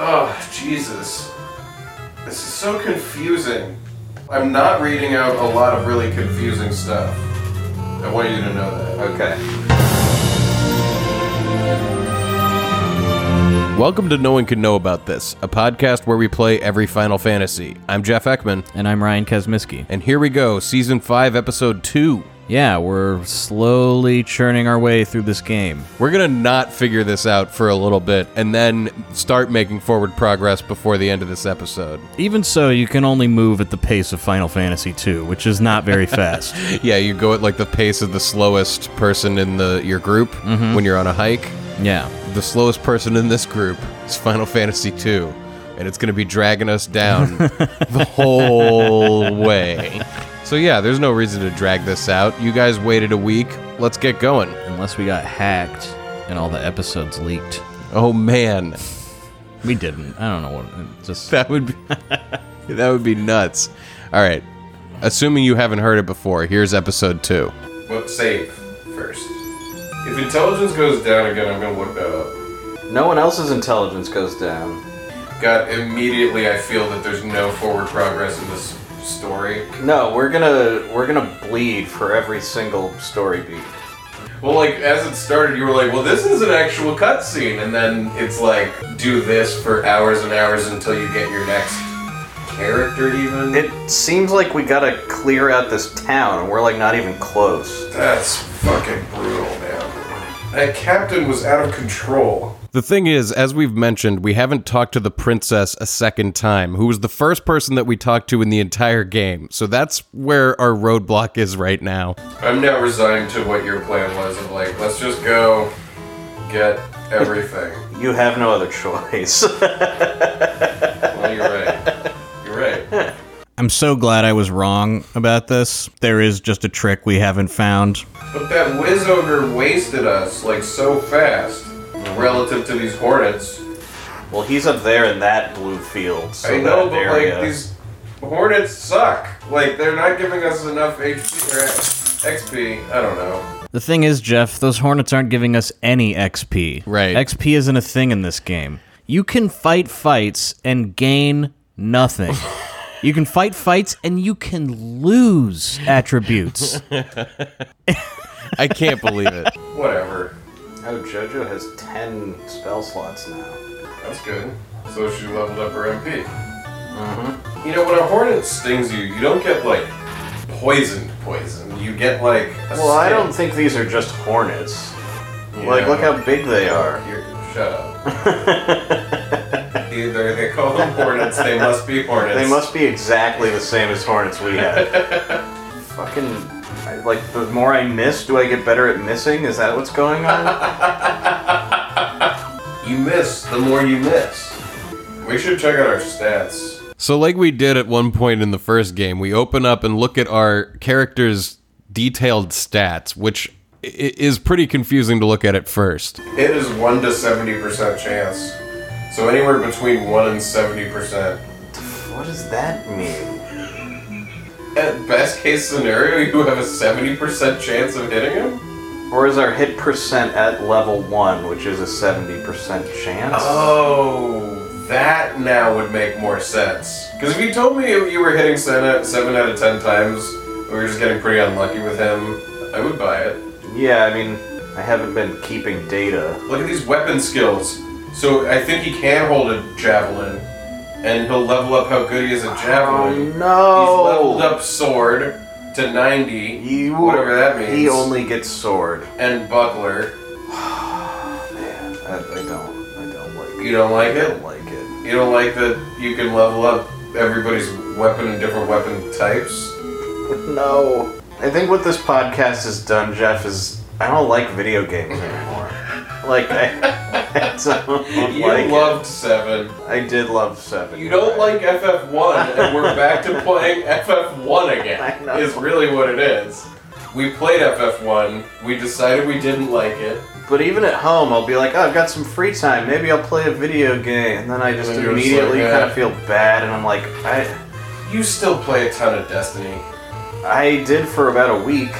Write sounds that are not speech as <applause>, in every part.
Oh, Jesus. This is so confusing. I'm not reading out a lot of really confusing stuff. I want you to know that. Okay. Welcome to No One Can Know About This, a podcast where we play every Final Fantasy. I'm Jeff Ekman, And I'm Ryan Kazmiski. and here we go, Season 5, Episode 2. Yeah, we're slowly churning our way through this game. We're going to not figure this out for a little bit and then start making forward progress before the end of this episode. Even so, you can only move at the pace of Final Fantasy II, which is not very fast. Yeah, you go at like the pace of the slowest person in the your group when you're on a hike. Yeah. The slowest person in this group is Final Fantasy 2, and it's going to be dragging us down <laughs> the whole way. So yeah, there's no reason to drag this out. You guys waited a week. Let's get going. Unless we got hacked and all the episodes leaked. Oh man, We didn't. I don't know what. Just <laughs> that would be <laughs> that would be nuts. All right. Assuming you haven't heard it before, here's episode 2. Well, save first. If intelligence goes down again, I'm going to look that up. no one else's intelligence goes down. God, immediately I feel that there's no forward progress in this story. No, we're gonna we're gonna bleed for every single story beat. Well, like, as it started, you were like, well, this is an actual cutscene. And then it's like, do this for hours and hours until you get your next character, even. It seems like we gotta clear out this town, and we're like not even close. That's fucking brutal, man. That captain was out of control. The thing is, as we've mentioned, we haven't talked to the princess a second time, who was the first person that we talked to in the entire game. So that's where our roadblock is right now. I'm now resigned to what your plan was of like, let's just go get everything. You have no <laughs> other choice. well, you're right. You're right. I'm so glad I was wrong about this. There is just a trick we haven't found. But that whiz ogre wasted us like so fast relative to these hornets. well, he's up there in that blue field. So I know, that but area- like these Hornets suck. Like they're not giving us enough HP or XP. I don't know. The thing is, Jeff, those Hornets aren't giving us any XP. Right. XP isn't a thing in this game. You can fight fights and gain nothing. you can fight fights and you can lose attributes. I can't believe it. <laughs> Whatever. Oh, JoJo has 10 spell slots now. That's good. So she leveled up her MP. Mm-hmm. Mm-hmm. You know, when a hornet stings you, you don't get like poisoned, poisoned. You get like. A Well, I sting. don't think these are just hornets. Yeah. Like, look how big they <laughs> are. You're, shut up. <laughs> Either they call them hornets, they must be hornets. They must be exactly the same as hornets we have. <laughs> Fucking. I, like, the more I miss, do I get better at missing? Is that what's going <laughs> on? You miss, the more you miss. We should check out our stats. So, like we did at one point in the first game, we open up and look at our character's detailed stats, which i- is pretty confusing to look at at first. It is 1 to 70% chance. So, anywhere between 1 and 70%. what does that mean? At best case scenario, you have a 70% chance of hitting him? Or is our hit percent at level 1, which is a 70% chance? Oh, that now would make more sense. Because if you told me if you were hitting seven, seven out of ten times, we were just getting pretty unlucky with him, I would buy it. Yeah, I mean, I haven't been keeping data. Look at these weapon skills. So I think he can hold a javelin, and he'll level up how good he is at javelin. Um, Oh, He's leveled up sword to 90, He- whatever that means, He only gets sword. and buckler. Man, I, I don't, I don't like You don't like I it? don't like it. You don't like that you can level up everybody's weapon and different weapon types? No. I think what this podcast has done, Jeff, is I don't like video games anymore. like I, I don't <laughs> You like. loved seven. it. I did love Seven. You you're don't right. like FF1, and <laughs> we're back to playing FF1 I again. know. Is really what it is. We played FF1. We decided we didn't like it. But even at home, I'll be like, oh, I've got some free time. Maybe I'll play a video game, and then I just then you're just immediately like, kind eh. of feel bad, and I'm like, I, You still play a ton of Destiny. I did for about a week.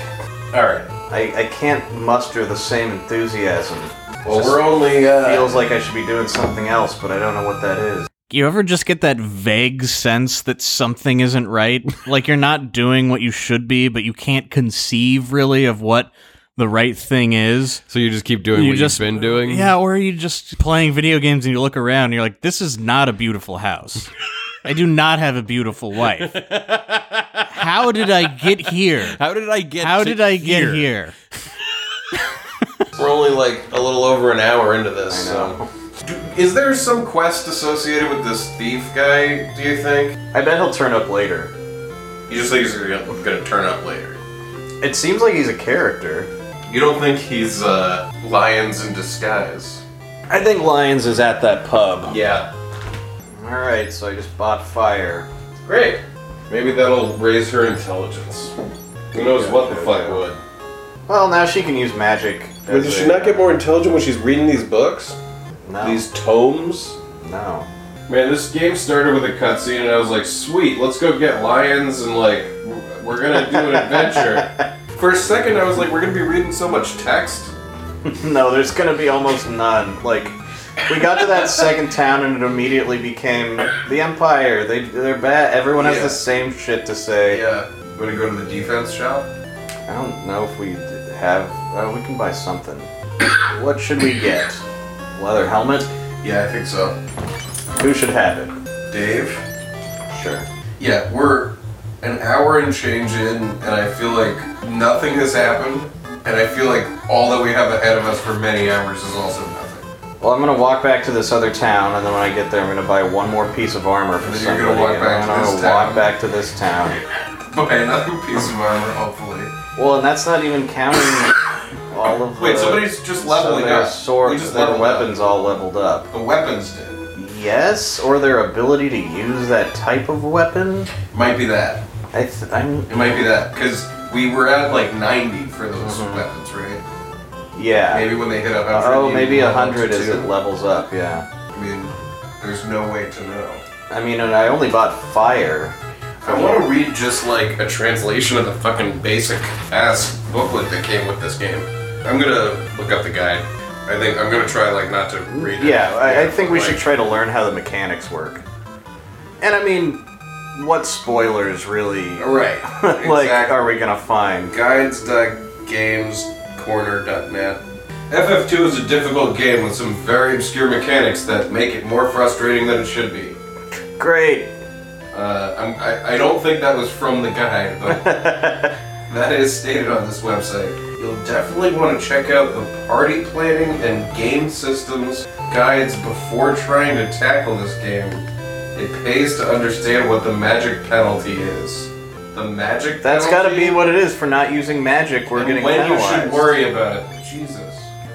All right. I, I can't muster the same enthusiasm. Well, We're only uh, feels like I should be doing something else, but I don't know what that is. You ever just get that vague sense that something isn't right? <laughs> like you're not doing what you should be, but you can't conceive really of what the right thing is. so you just keep doing You what just- you've been doing. Yeah, or you just playing video games and you look around and you're like, this is not a beautiful house. I do not have a <laughs> beautiful wife. How did I get here? How did I get? How to did I get here? We're only like a little over an hour into this. I know. So. Do, is there some quest associated with this thief guy? Do you think? I bet he'll turn up later. You just think he's gonna, gonna turn up later. It seems like he's a character. You don't think he's uh, lions in disguise? I think Lyons is at that pub. Yeah. Alright, so I just bought fire. Great. Maybe that'll raise her intelligence. Who knows what the fuck would? Well, now she can use magic. does as a- uh, she not get more intelligent when she's reading these books? No. These tomes? No. <laughs> Man, this game started with a cutscene, and I was like, sweet, let's go get lions, and like, w- we're gonna do an <laughs> adventure. For a second, I was like, we're gonna be reading so much text. No, there's gonna be almost none. Like, we got to that second town and it immediately became the Empire. They, they're bad. Everyone has Yeah. the same shit to say. Yeah. Wanna go to the defense shop? I don't know if we d- have. Uh, we can buy something. what should we get? Leather helmet? Yeah, I think so. Who should have it? Dave? Sure. Yeah, we're an hour and change in, and I feel like nothing has happened, and I feel like all that we have ahead of us for many hours is also nothing. <laughs> Well, I'm gonna walk back to this other town, and then when I get there, I'm gonna buy one more piece of armor for And then you're somebody. gonna walk and back then to I'm this gonna walk town. back to this town. Buy another piece of armor, hopefully. Well, and that's not even counting all of. Wait, the, somebody's just leveling some of their up. Uh, Swords, We just their leveled up. weapons all leveled up. The weapons did. Yes, or their ability to use that type of weapon. Might be that. I th- I'm. It might be that because we were at like 90 for those weapons, right? Mm-hmm. Yeah. Maybe when they hit 100. Oh, you maybe a level up to hundred as two. it levels up. Yeah. I mean, there's no way to know. I mean, and I only bought fire. I want to read just like a translation of the fucking basic ass booklet that came with this game. I'm gonna look up the guide. I think I'm gonna try like not to read it. Yeah, I, I think we should Like, try to learn how the mechanics work. And I mean, what spoilers really? <laughs> Right. like, exactly. are we gonna find? guides.gamescorner.net. FF2 is a difficult game with some very obscure mechanics that make it more frustrating than it should be. Great. Uh, I'm, I, I don't think that was from the guide, <laughs> but that is stated on this website. You'll definitely want to check out the party planning and game systems guides before trying to tackle this game. It pays to understand what the magic penalty is. The magic That's penalty? gotta be what it is for not using magic. We're and getting when you penalized. should worry about it. Jesus.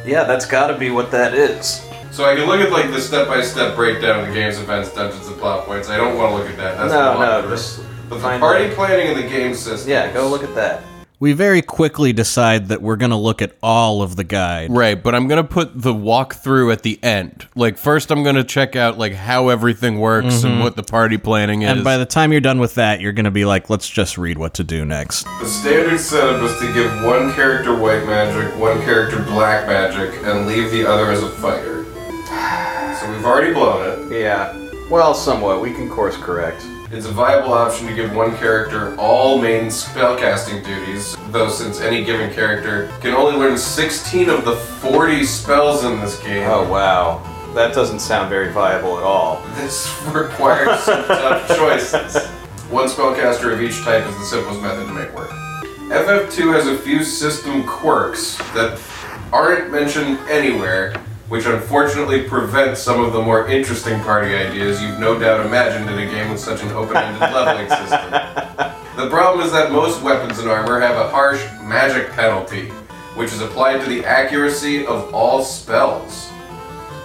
Yeah, that's gotta be what that is. So I can look at like the step-by-step breakdown of the game's events, dungeons, and plot points. I don't want to look at that. That's No, the no, lot. just but the find party the- planning and the game system. Yeah, go look at that. We very quickly decide that we're going to look at all of the guide. Right, but I'm gonna put the walkthrough at the end. Like first, I'm gonna check out like how everything works and what the party planning is. Mm-hmm. And by the time you're done with that, you're going to be like, let's just read what to do next. the standard setup is to give one character white magic, one character black magic, and leave the other as a fighter. So we've already blown Yeah. Well, somewhat. We can course correct. it. It's a viable option to give one character all main spellcasting duties, though since any given character can only learn 16 of the 40 spells in this game, Oh, wow. That doesn't sound very viable at all. This <laughs> requires some tough choices. One spellcaster of each type is the simplest method to make work. FF2 has a few system quirks that aren't mentioned anywhere, which unfortunately prevent some of the more interesting party ideas you've no doubt imagined in a game with such an open-ended leveling system. The problem is that most weapons and armor have a harsh magic penalty, which is applied to the accuracy of all spells.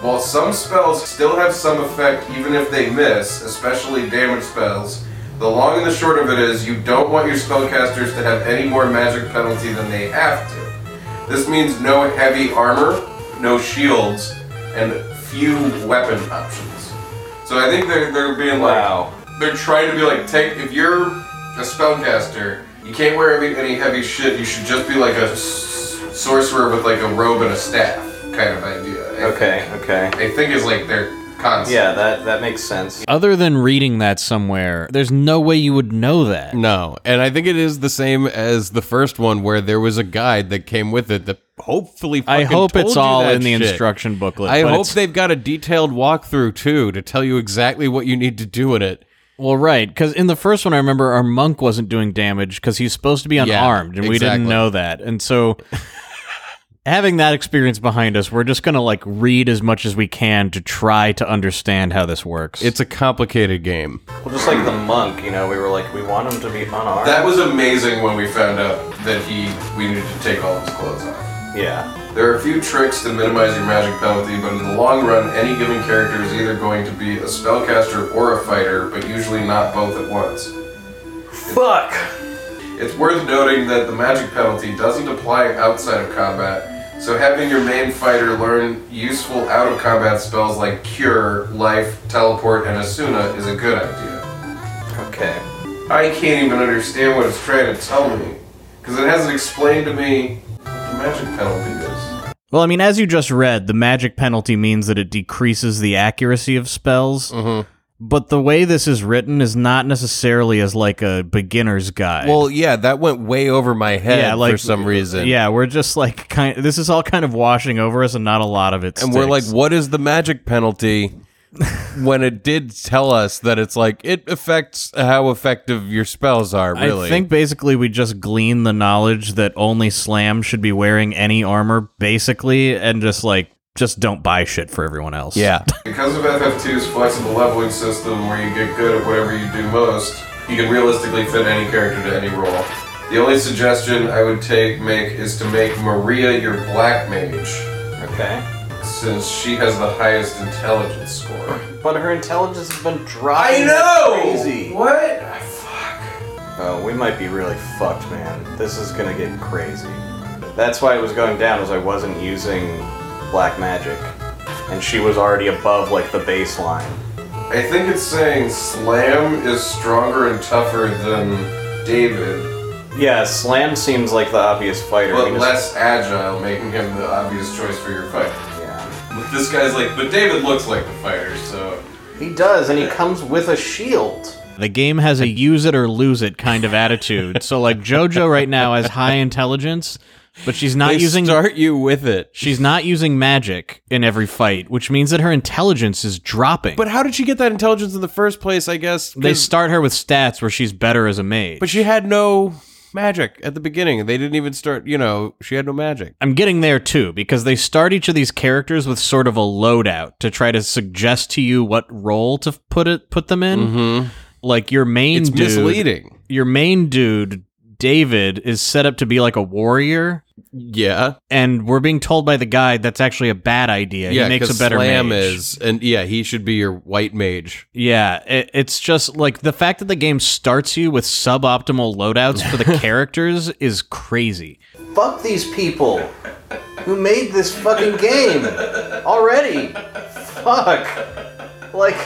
While some spells still have some effect even if they miss, especially damage spells, the long and the short of it is you don't want your spellcasters to have any more magic penalty than they have to. This means no heavy armor, no shields, and few weapon options. So I think they're, they're being like, Wow. they're trying to be like, take if you're a spellcaster, you can't wear any, any heavy shit. You should just be like a s- sorcerer with like a robe and a staff, kind kind of idea. I Okay, okay. think. I think is like their concept. Yeah, that that makes sense. Other than reading that somewhere, there's no way you would know that. No, and I think it is the same as the first one where there was a guide that came with it that hopefully I fucking hope told it's you all that in the shit. instruction booklet. I but hope it's- they've got a detailed walkthrough too to tell you exactly what you need to do in it. Well, right, because in the first one, I remember our monk wasn't doing damage because he's supposed to be unarmed, and we didn't exactly. know that. And so, <laughs> having that experience behind us, we're just gonna like read as much as we can to try to understand how this works. It's a complicated game. Well, just like the monk, you know, we were like, we want him to be unarmed. That was amazing when we found out that he we needed to take all his clothes off. yeah. There are a few tricks to minimize your magic penalty, but in the long run, any given character is either going to be a spellcaster or a fighter, but usually not both at once. Fuck. It's worth noting that the magic penalty doesn't apply outside of combat, so having your main fighter learn useful out of combat spells like Cure, Life, Teleport, and Asuna is a good idea. Okay. I can't even understand what it's trying to tell me, because it hasn't explained to me what the magic penalty well, I mean, as you just read, the magic penalty means that it decreases the accuracy of spells. Mm-hmm. But the way this is written is not necessarily as like a beginner's guide. is. yeah, that went way over my head Yeah, like- yeah, we're just like kind. This is all kind of washing over us, and not a lot of it. And we're like, sticks. what is the magic <laughs> penalty? when it did tell us that it's like it affects how effective your spells are, really. I think basically we just glean the knowledge that only Slam should be wearing any armor, basically, and just like just don't buy shit for everyone else. yeah. Because of FF2's flexible leveling system, where you get good at whatever you do most, you can realistically fit any character to any role. The only suggestion I would take make is to make Maria your black mage, Okay. since she has the highest intelligence score. But her intelligence has been dropping. like Crazy. What? Ah, Fuck. Oh, we might be really fucked, man. This is gonna get crazy. That's why it was going down, was I wasn't using black magic, and she was already above like the baseline. I think it's saying Slam is stronger and tougher than David, Yeah, Slam seems like the obvious fighter. but We just- less agile, making him the obvious choice for your fight. Yeah. But This guy's like, but David looks like the fighter, so. He does, and he comes with a shield. The game has a use it or lose it kind of attitude. so like JoJo right now has high intelligence, but she's <laughs> not They using start you with it. she's not using magic in every fight, which means that her intelligence is dropping. But how did she get that intelligence in the first place, I guess? 'Cause- they start her with stats where she's better as a mage. but she had no magic at the beginning. They didn't even start, you know, she had no magic. I'm getting there too because they start each of these characters with sort of a loadout to try to suggest to you what role to f- put it put them in. Like your main Mm-hmm. It's dude, misleading. Your main dude David is set up to be like a warrior, Yeah. and we're being told by the guide that's actually a bad idea. yeah, he makes a 'cause better Slam mage. is and yeah, he should be your white mage. Yeah, it, it's just like the fact that the game starts you with suboptimal loadouts <laughs> for the characters is crazy. Fuck these people who made this fucking game already. Fuck. Like,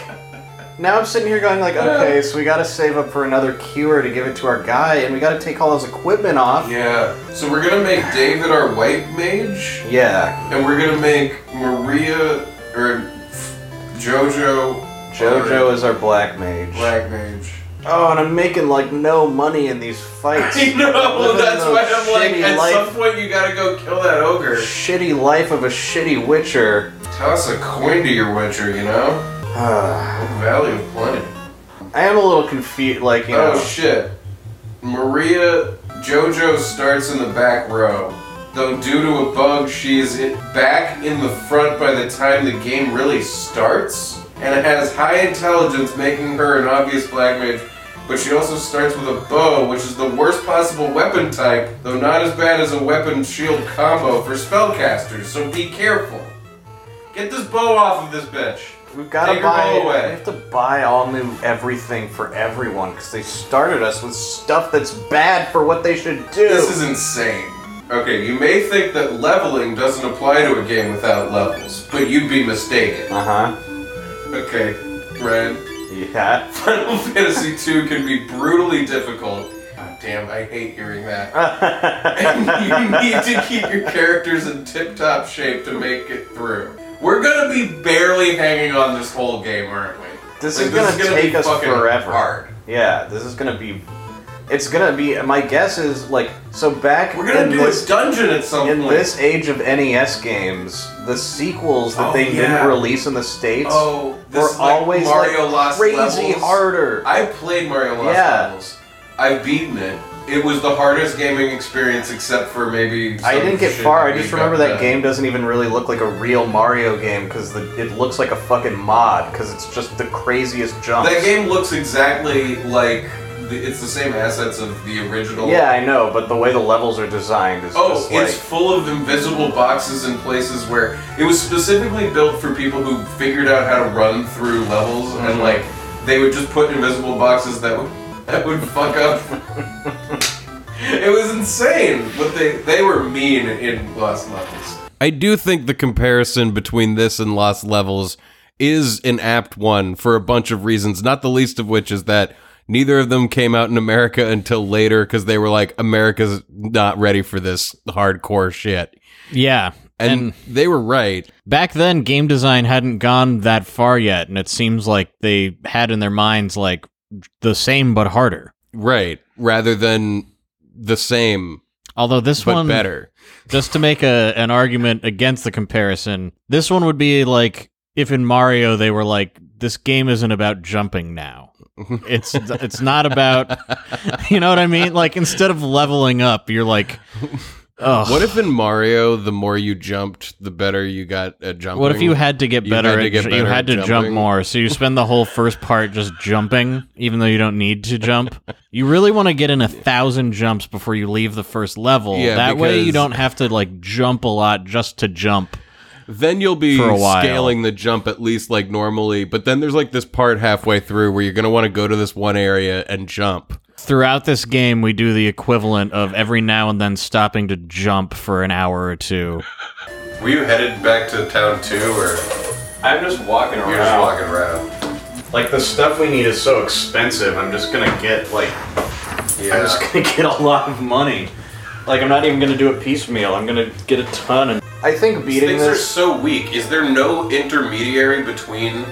now I'm sitting here going like, okay, so we gotta save up for another cure to give it to our guy, and we gotta take all his equipment off. Yeah. So we're gonna make David our white mage, Yeah, and we're gonna make Maria or JoJo JoJo is our black mage. black <laughs> mage. Oh, and I'm making like no money in these fights. <laughs> I know. Living That's the why I'm like, shitty at some life, point you gotta go kill that ogre. shitty life of a shitty witcher. <sighs> Toss a coin to your witcher, you know. Valley of Plenty. I am a little confused. Like, you know, Oh shit. Maria Jojo starts in the back row. Though due to a bug, she is i- back in the front by the time the game really starts, and has high intelligence, making her an obvious black mage. But she also starts with a bow, which is the worst possible weapon type, though not as bad as a weapon shield combo for spellcasters. So be careful. Get this bow off of this bitch. We've got to Take your buy. bow We away. have to buy all new everything for everyone because they started us with stuff that's bad for what they should do. This is insane. Okay, you may think that leveling doesn't apply to a game without levels, but you'd be mistaken. uh huh. Okay, Brad, <laughs> Yeah. <laughs> Final Fantasy II can be brutally difficult. damn, I hate hearing that. <laughs> you need to keep your characters in tip top shape to make it through. We're gonna be barely hanging on this whole game, aren't we? This Like, is gonna take be us fucking forever. Hard. Yeah, this is gonna be. It's gonna be. My guess is like so. Back We're gonna in do this this dungeon at some in point. this age of NES games, the sequels that Oh, they yeah. didn't release in the states oh, this were is like always Mario like Lost crazy levels. harder. I played Mario Lost Yeah. Levels. I've beaten it. It was the hardest gaming experience, except for maybe. I some didn't get shit far. I we just got remember that done. game doesn't even really look like a real Mario game because it looks like a fucking mod because it's just the craziest jumps. That game looks exactly like the, it's the same assets of the original. Yeah, I know, but the way the levels are designed is Oh, just like it's full of invisible boxes and places where it was specifically built for people who figured out how to run through levels Mm-hmm. and like they would just put invisible boxes that would <laughs> that would fuck up. it was insane, but they they were mean in Lost Levels. I do think the comparison between this and Lost Levels is an apt one for a bunch of reasons, not the least of which is that neither of them came out in America until later because they were like, America's not ready for this hardcore shit. Yeah. And, they were right. back then game design hadn't gone that far yet and it seems like they had in their minds like the same but harder Right. Rather than the same, although this but one better. just to make a, an argument against the comparison this one would be like if in mario they were like this game isn't about <laughs> jumping now it's it's not about <laughs> you know what i mean like instead of leveling up you're like oh What if in Mario, the more you jumped, the better you got at jumping? What if you had to get You better? had to at, get ju- you better had at to jump jumping. more, so you spend the whole first part just jumping, even though you don't need to jump. You really want to get in a thousand jumps before you leave the first level. Yeah, that way you because- don't have to like jump a lot just to jump. then you'll be For a while. scaling the jump at least like normally but then there's like this part halfway through where you're going to want to go to this one area and jump Throughout this game, we do the equivalent of every now and then stopping to jump for an hour or two. Were you headed back to town too, or I'm just walking around. you're just walking around? Like the stuff we need is so expensive. I'm just gonna get like I'm just gonna <laughs> get a lot of money. Like I'm not even gonna do a piecemeal. I'm gonna get a ton. And I think beating Things are this, so weak. Is there no intermediary between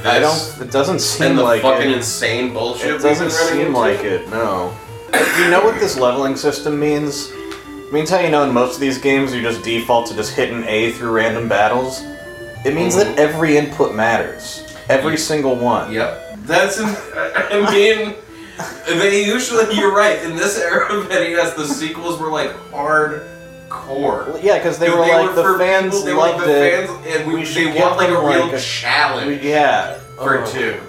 this I don't. It doesn't seem and the like fucking it. insane bullshit? It we've doesn't been running seem into? like it. No. you know what this leveling system means? It means how you know in most of these games you just default to just hitting A through random battles. It means that every input matters. Every single one. Yep. That's, in, I mean, they usually, you're right, in this era of NES, the sequels were like hardcore. Yeah, because they were They like for the fans people- they were loved the it. fans, and we, We they should want give like a them, real like, a- challenge Yeah. for Oh. two.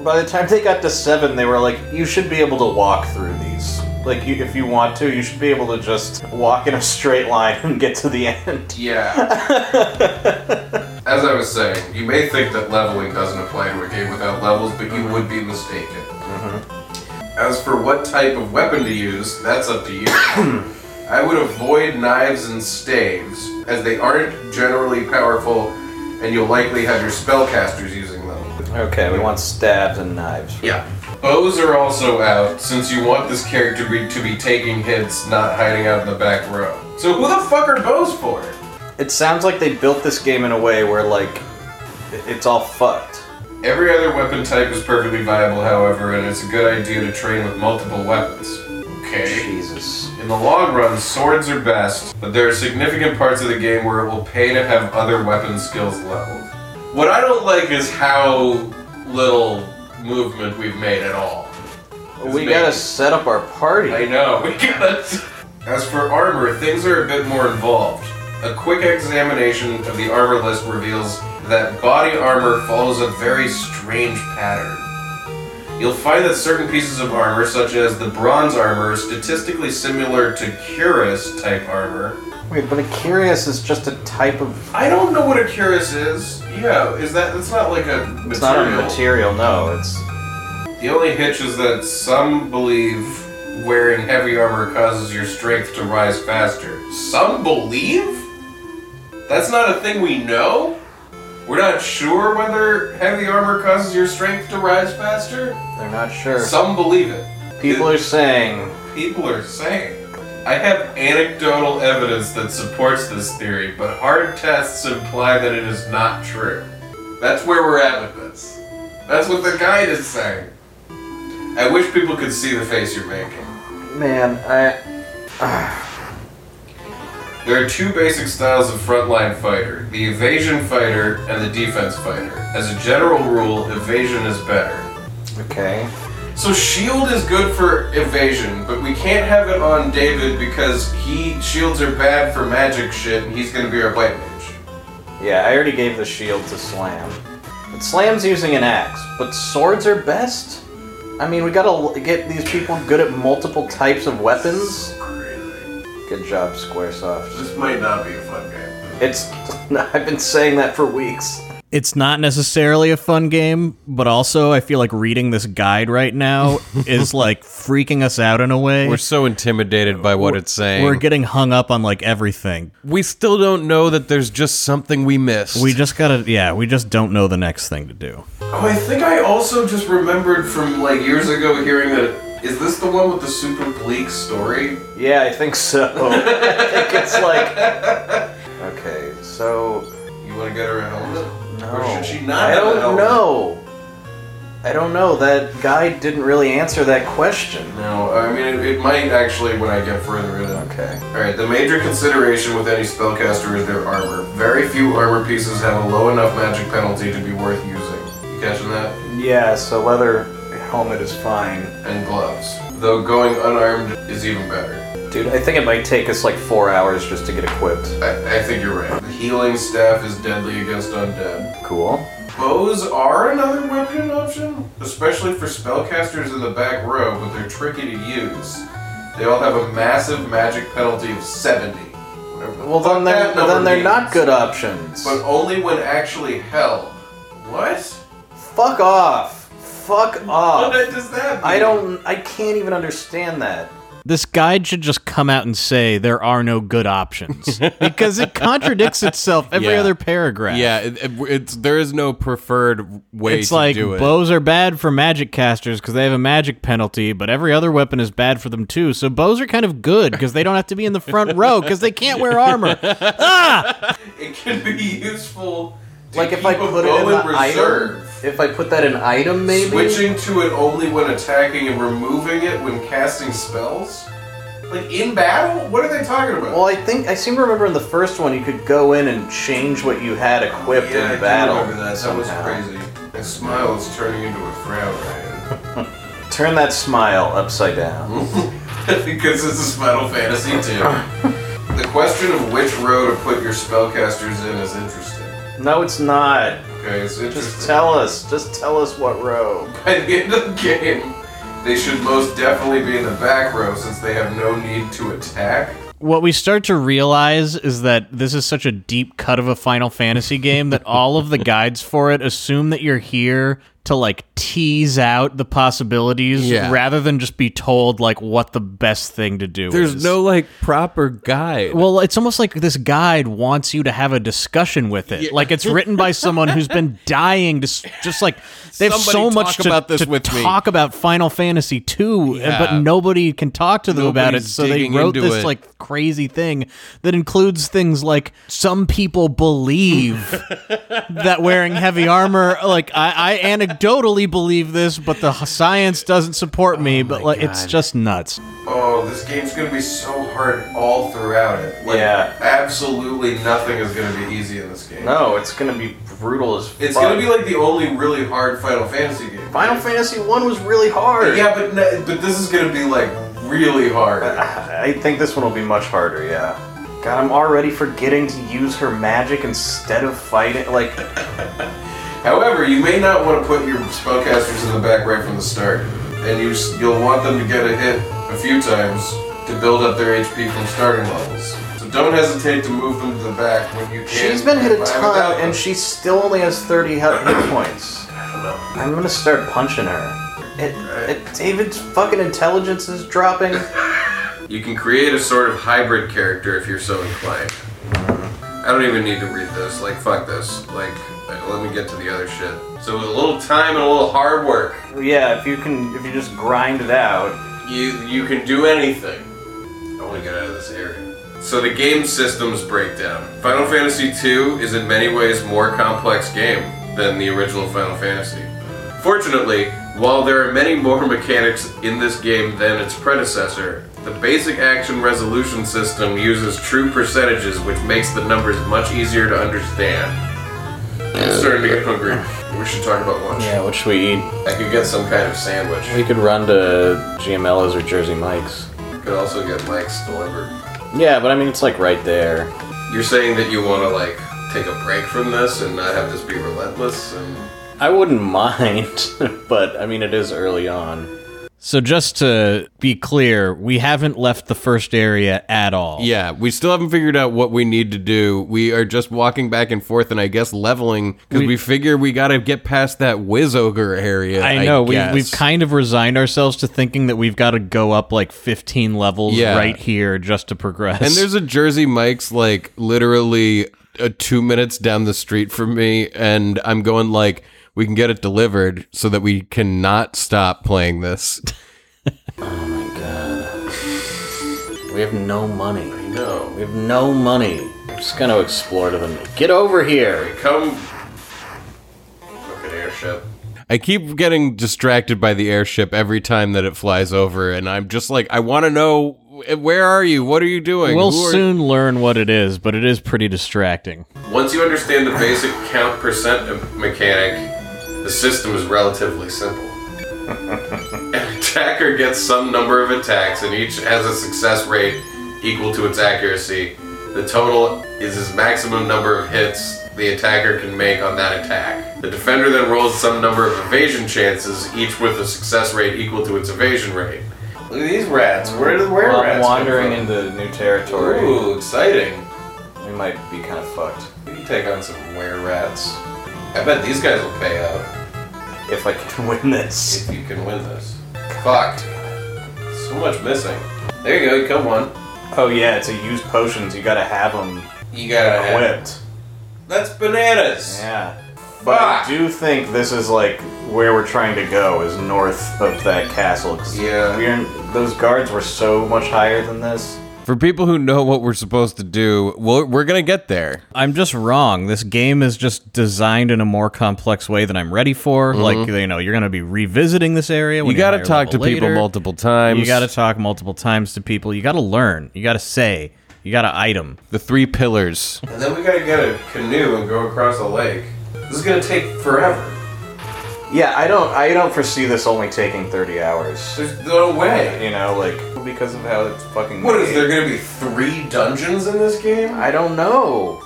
By the time they got to seven, they were like, you should be able to walk through these. Like, you, if you want to, you should be able to just walk in a straight line and get to the end. <laughs> Yeah. As I was saying, you may think that leveling doesn't apply to a game without levels, but Mm-hmm. you would be mistaken. As for what type of weapon to use, that's up to <coughs> you. I would avoid knives and staves, as they aren't generally powerful, and you'll likely have your spellcasters using them. <laughs> Okay, we want stabs and knives. Yeah. Bows are also out, since you want this character to be, to be taking hits, not hiding out in the back row. So who the fuck are bows for? It sounds like they built this game in a way where, like, it- it's all fucked. Every other weapon type is perfectly viable, however, and it's a good idea to train with multiple weapons. Okay. Jesus. In the long run, swords are best, but there are significant parts of the game where it will pay to have other weapon skills leveled. What I don't like is how little movement we've made at all. We amazing. gotta set up our party. I know, <laughs> we got As for armor, things are a bit more involved. A quick examination of the armor list reveals that body armor follows a very strange pattern. You'll find that certain pieces of armor, such as the bronze armor, are statistically similar to Cuirass type armor. Wait, but a curious is just a type of. I don't know what a cuirass is. Yeah, is that? That's not like a material. It's not a material, no. It's. The only hitch is that some believe wearing heavy armor causes your strength to rise faster. Some believe? That's not a thing we know? We're not sure whether heavy armor causes your strength to rise faster? They're not sure. Some believe it. People are saying People are saying. I have anecdotal evidence that supports this theory, but hard tests imply that it is not true. That's where we're at with this. That's what the guide is saying. I wish people could see the face you're making. Man, I There are two basic styles of frontline fighter the evasion fighter and the defense fighter. As a general rule, evasion is better. okay. So shield is good for evasion, but we can't have it on David because he shields are bad for magic shit and he's gonna be our white mage. Yeah, I already gave the shield to Slam. But Slam's using an axe, but swords are best. I mean, we gotta l- get these people good at multiple types of weapons. Crazy. Good job, SquareSoft. This might not be a fun game. It's <laughs> I've been saying that for weeks. It's not necessarily a fun game, but also I feel like reading this guide right <laughs> now is like freaking us out in a way. We're so intimidated by what it's saying. We're getting hung up on like everything. we still don't know that there's just something we missed. We just gotta, yeah, we just don't know the next thing to do. Oh, I think I also just remembered from like years ago hearing that is this the one with the super bleak story? Yeah, I think so. <laughs> I think it's like okay, so You wanna get her a helmet? no. Or should she not I have a don't helmet? know. I don't know. That guy didn't really answer that question. No, I mean it, it might actually when I get further in it. Okay. Alright, the major consideration with any spellcaster is their armor. Very few armor pieces have a low enough magic penalty to be worth using. You catching that? Yeah, so leather helmet is fine. And gloves. Though going unarmed is even better. Dude, I think it might take us like four hours just to get equipped. I, I think you're right. The healing staff is deadly against undead. Cool. Bows are another weapon option, especially for spellcasters in the back row, but they're tricky to use. They all have a massive magic penalty of 70. Whatever the Well, fuck then they're, that number then they're means. not good options. But only when actually held. What? Fuck off. Fuck What off. does that mean? I don't. I can't even understand that. This guide should just come out and say there are no good options because it contradicts itself every Yeah. other paragraph. yeah, it, it- it's there is no preferred way It's to like do it. bows are bad for magic casters because they have a magic penalty, but every other weapon is bad for them too. So bows are kind of good because they don't have to be in the <laughs> front row because they can't wear armor. It can be useful. To Like if I keep a put it bow in an item. reserve. If I put that in item, maybe. Switching to it only when attacking and removing it when casting spells? Like in battle? What are they talking about? Well, I think I seem to remember in the first one you could go in and change what you had equipped yeah, I in do battle. remember that. That was somehow. crazy. That smile is turning into a frown, Ryan. Turn that smile upside down. <laughs> Hmm? because this is Final Fantasy <laughs> II. the question of which row to put your spellcasters in is interesting. No, it's not. Okay, it's interesting. Just tell us. Just tell us what row. By the end of the game, they should most definitely be in the back row since they have no need to attack. what we start to realize is that this is such a deep cut of a Final Fantasy game that all of the guides for it assume that you're here to like tease out the possibilities Yeah. rather than just be told like what the best thing to do is. there's no like proper guide. Well, it's almost like this guide wants you to have a discussion with it. Like it's written by someone who's been <laughs> dying to s- just like they have Somebody so much talk to, about this to with me. talk about Final Fantasy two, Yeah. but nobody can talk to them about it. Nobody's So they digging wrote into this it. like crazy thing that includes things like some people <laughs> believe that wearing heavy armor. Like I, I anecdotally believe this, but the h- science doesn't support Oh me. but like it's just nuts. Oh, this game's gonna be so hard all throughout it. Like, Yeah. Absolutely nothing is gonna be easy in this game. No, it's gonna be brutal as fuck. It's gonna be like the only really hard Final Fantasy game. Final Fantasy One was really hard. Yeah, but no, but this is gonna be like really <laughs> hard. I think this one will be much harder. Yeah. God, I'm already forgetting to use her magic instead of fighting. Like, However, you may not want to put your spellcasters in the back right from the start, and you s- you'll want them to get a hit a few times to build up their HP from starting levels. So don't hesitate to move them to the back when you can. she's been hit a Without them. ton, and she still only has 30 he- hit points. I'm gonna start punching her. It, it, David's fucking intelligence is dropping. You can create a sort of hybrid character if you're so inclined. I don't even need to read this. Like, fuck this. Like, let me get to the other shit. So, with a little time and a little hard work, yeah, if you can, if you just grind it out, You you can do anything. I want to get out of this area. So the game systems break down. Final Fantasy II is in many ways more complex game than the original Final Fantasy. Fortunately, while there are many more mechanics in this game than its predecessor, the basic action resolution system uses true percentages, which makes the numbers much easier to understand. I'm starting to get hungry. We should talk about lunch. Yeah, what should we eat? I could get some kind of sandwich. We could run to GML's or Jersey Mike's. Could also get Mike's delivered. Yeah, but I mean, it's like right there. <laughs> You're saying that you want to like take a break from this and not have this be relentless and I wouldn't mind, <laughs> but I mean, it is early on. So just to be clear, we haven't left the first area at all. Yeah, we still haven't figured out what we need to do. We are just walking back and forth and I guess leveling because we, figure we got to get past that whiz ogre area. I know. we, guess. we've kind of resigned ourselves to thinking that we've got to go up like 15 levels Yeah. right here just to progress. And there's a Jersey Mike's like literally uh, two minutes down the street from me, and I'm going like, we can get it delivered so that we cannot stop playing this. We have no money. no. We have no money. I'm just gonna explore to the. Get over here! Come fucking airship. I keep getting distracted by the airship every time that it flies over, and I'm just like, I want to know where are you? What are you doing? we'll Who are- soon learn what it is, but it is pretty distracting. Once you understand the basic count percent of- mechanic, the system is relatively simple. An attacker gets some number of attacks, and each has a success rate equal to its accuracy. The total is his maximum number of hits the attacker can make on that attack. The defender then rolls some number of evasion chances, each with a success rate equal to its evasion rate. Look at these rats. Where did where Well, rats I'm come wandering from? into new territory. Ooh, exciting. We might be kind of fucked. We can take on some were rats. I bet these guys will pay out If I can <laughs> win this. if you can win this. Fuck. So much missing. There you go, you killed one. Oh, yeah, it's a used potions. You gotta have them You gotta have- equipped. That's bananas! Yeah. But Fuck. I do think this is like where we're trying to go is north of that castle. 'cause Yeah. we are those guards were so much higher than this. For people who know what we're supposed to do, we'll, we're going to get there. I'm just wrong. This game is just designed in a more complex way than I'm ready for. Like, Mm-hmm. you know, you're going to be revisiting this area. When You got higher to talk level to people later. multiple times. You got to talk multiple times to people. You got to learn. You got to say. You got to item. the three pillars. And then we gotta get a canoe and go across the lake. This is gonna take forever. Yeah, I don't I don't foresee this only taking 30 hours. There's no way. You know, like because of how it's fucking What is made. there gonna be three dungeons in this game? I don't know.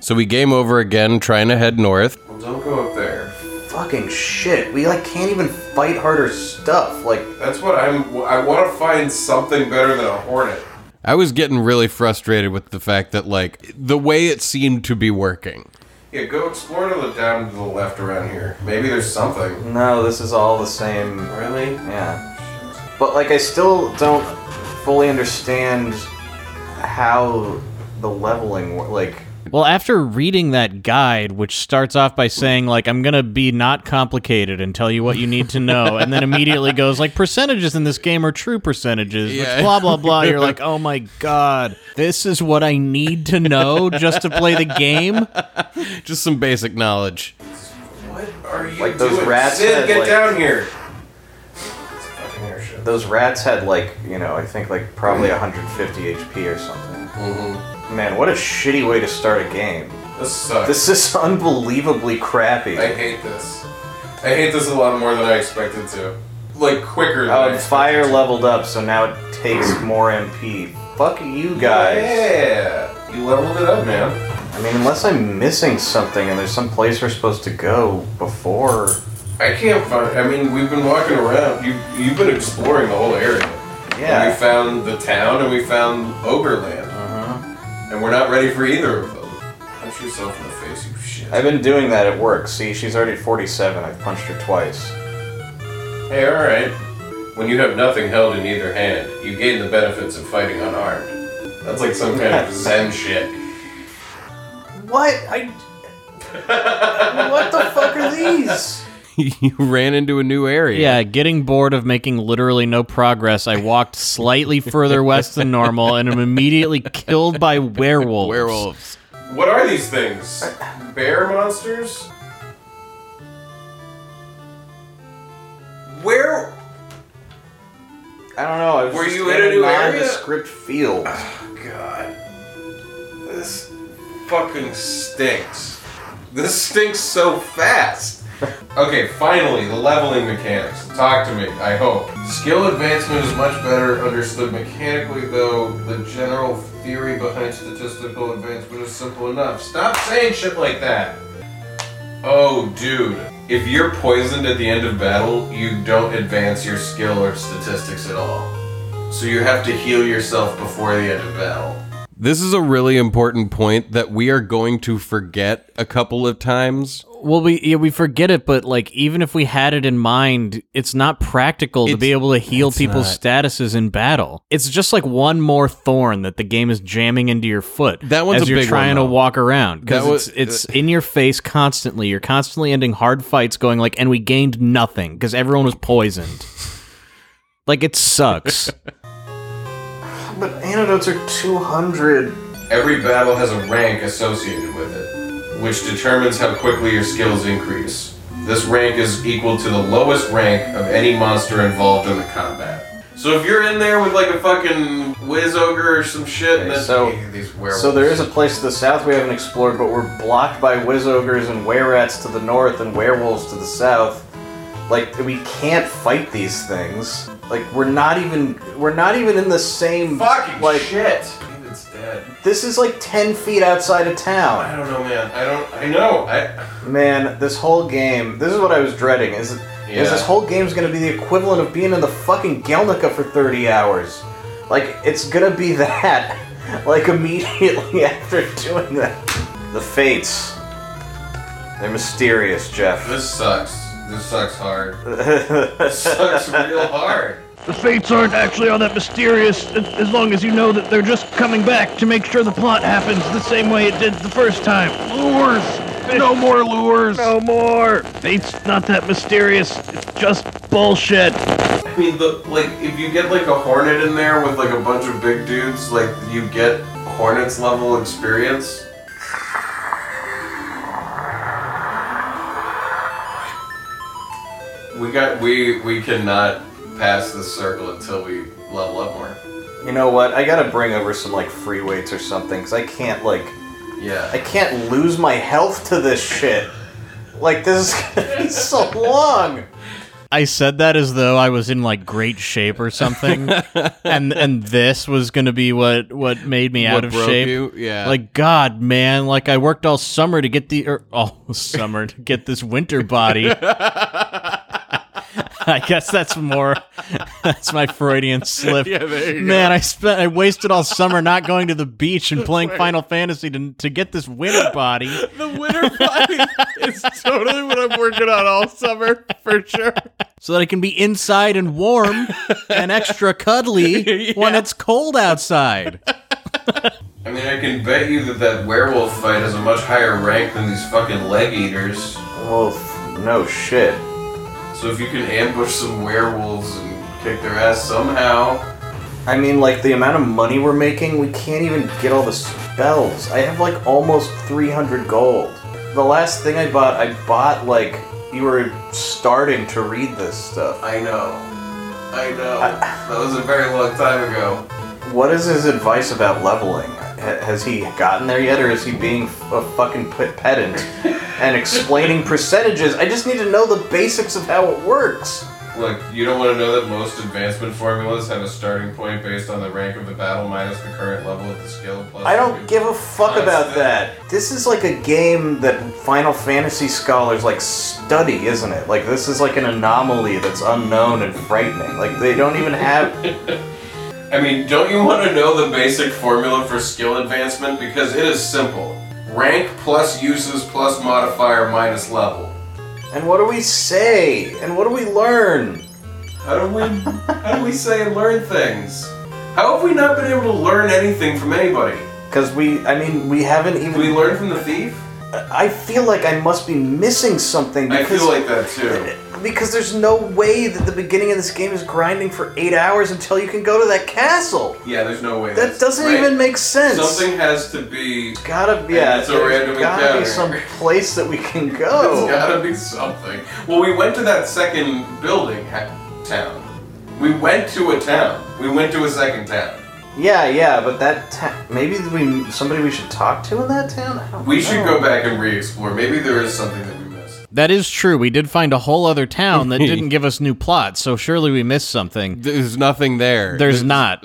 So we game over again, trying to head north. Well, don't go up there. Fucking shit. We like can't even fight harder stuff. Like That's what I'm. I wanna find something better than a hornet. I was getting really frustrated with the fact that, like, the way it seemed to be working. Yeah, go explore to the down to the left around here. Maybe there's something. no, this is all the same. Really? Yeah. But like I still don't fully understand how the leveling wor- like Well, after reading that guide, which starts off by saying, like, I'm going to be not complicated and tell you what you need to know, and then immediately goes, like, percentages in this game are true percentages, Yeah. which blah, blah, blah. You're like, oh my God, this is what I need to know just to play the game? Just some basic knowledge. What are you Like those doing? rats Sid, had, get like- down here. It's a fucking airship. those rats had like you know I think like probably Mm-hmm. 150 HP or something. Man, what a shitty way to start a game. This sucks. This is <laughs> unbelievably crappy. I hate this. I hate this a lot more than I expected to. Like quicker than Oh, I and expected. fire leveled up, so now it takes more MP. Fuck you guys. Yeah, you leveled it up, man. I mean, unless I'm missing something and there's some place we're supposed to go before. I can't find. I mean, we've been walking around. You you've been exploring the whole area. And Yeah. we found the town and we found Ogreland. Uh-huh. And we're not ready for either of them. Punch yourself in the face, you shit. I've been doing that at work. See, she's already 47. I've punched her twice. Hey, alright. When you have nothing held in either hand, you gain the benefits of fighting unarmed. That's like some kind of Zen shit. <laughs> What? I. what the fuck are these? you <laughs> ran into a new area. Yeah, getting bored of making literally no progress, I walked slightly further <laughs> west than normal and am immediately killed <laughs> by werewolves. Werewolves. What are these things? Uh, Bear monsters? Where I don't know. I was Were just you in in a new area? nondescript field. God. This fucking stinks. This stinks so fast. Okay, finally, the leveling mechanics. Talk to me, I hope. Skill advancement is much better understood mechanically, though the general theory behind statistical advancement is simple enough. Stop saying shit like that! Oh, dude. If you're poisoned at the end of battle, you don't advance your skill or statistics at all. So you have to heal yourself before the end of battle. This is a really important point that we are going to forget a couple of times. Well, we yeah, we forget it, but like even if we had it in mind, it's not practical to It's- be able to heal people's statuses in battle. It's just like one more thorn that the game is jamming into your foot. That one's as a you're big one, trying though. to walk around That uh, because was- it's it's in your face constantly. You're constantly ending hard fights, going like, and we gained nothing because everyone was poisoned. like it sucks. <laughs> But antidotes are 200. Every battle has a rank associated with it, which determines how quickly your skills increase. This rank is equal to the lowest rank of any monster involved in the combat. So if you're in there with like a fucking whiz ogre or some shit, and then so- Eh, these werewolves. So there is a place to the south we haven't explored, but we're blocked by wizogres and wererats to the north and werewolves to the south. Like we can't fight these things. Like we're not even we're not even in the same fucking like shit. It's dead. this is like 10 feet outside of town. I don't know, man. I don't. I know. I. Man, this whole game. This is what I was dreading. Is is Yeah. this whole game's gonna be the equivalent of being in the fucking Gelnica for thirty hours? Like it's gonna be <laughs> that. Like immediately <laughs> after doing that. The fates. They're mysterious, Jeff. <laughs> This sucks. This sucks hard. this sucks real hard. The fates aren't actually all that mysterious, as as long as you know that they're just coming back to make sure the plot happens the same way it did the first time. Lures! No more lures! No more! Fate's not that mysterious. It's <laughs> just bullshit. I mean, the, like, if you get, like, a hornet in there with, like, a bunch of big dudes, like, you get hornet's level experience. We got, we, we cannot pass this circle until we level up more. You know what? I gotta bring over some like free weights or something, cause I can't like I Yeah. can't lose my health to this shit. Like this is gonna <laughs> be so long. I said that as though I was in like great shape or <laughs> something, and and this was gonna be what what made me out What of broke shape. you? Yeah. Like God, man! Like I worked all summer to get the er, all summer to get this winter <laughs> body. I guess that's more. That's my Freudian slip. <laughs> Yeah, there you go. man, I spent I wasted all summer not going to the beach <laughs> and playing Final Fantasy to to get this winter body. The winter body is totally what I'm working on all summer for sure. so that it can be inside and warm and extra <laughs> cuddly when it's cold outside. I mean, I can bet you that that werewolf fight has a much higher rank than these fucking leg eaters. Oh f- no shit. So if you can ambush some werewolves and kick their ass somehow, I mean, like the amount of money we're making, we can't even get all the spells. I have like almost 300 gold. The last thing I bought, I bought like you were starting to read this stuff. I know. I know. that was a very long time ago. What is his advice about leveling? Ha- Has he gotten there yet, or is he being a fucking pe- pedant and explaining percentages? I just need to know the basics of how it works. Look, you don't want to know that most advancement formulas have a starting point based on the rank of the battle minus the current level of the skill plus. I don't give a fuck about that. This is like a game that Final Fantasy scholars like study, isn't it? Like this is like an anomaly that's unknown and frightening. Like they don't even have I mean, don't you want to know the basic formula for skill advancement because it is simple: rank plus uses plus modifier minus level. And what do we say? And what do we learn? How <laughs> do we? how do we say and learn things? How have we not been able to learn anything from anybody? Cuz we I mean, we haven't Did we even learn from the thief? I feel like I must be missing something I because feel like that too. because there's no way that the beginning of this game is grinding for eight hours until you can go to that castle. Yeah, there's no way. That that's- doesn't right. even make sense. Something has to be. gotta yeah, it's a there's random gotta encounter. be some place that we <laughs> can There's go. gotta be something. Well, we went to that second building ha- town. We went to a town. We went to a second town. Yeah, yeah, but that ta- maybe we somebody we should talk to in that town. I don't We know. should go back and re-explore. Maybe there is something that we missed. That is true. We did find a whole other town that didn't give us new plots, so surely we missed something. There's nothing there. There's not.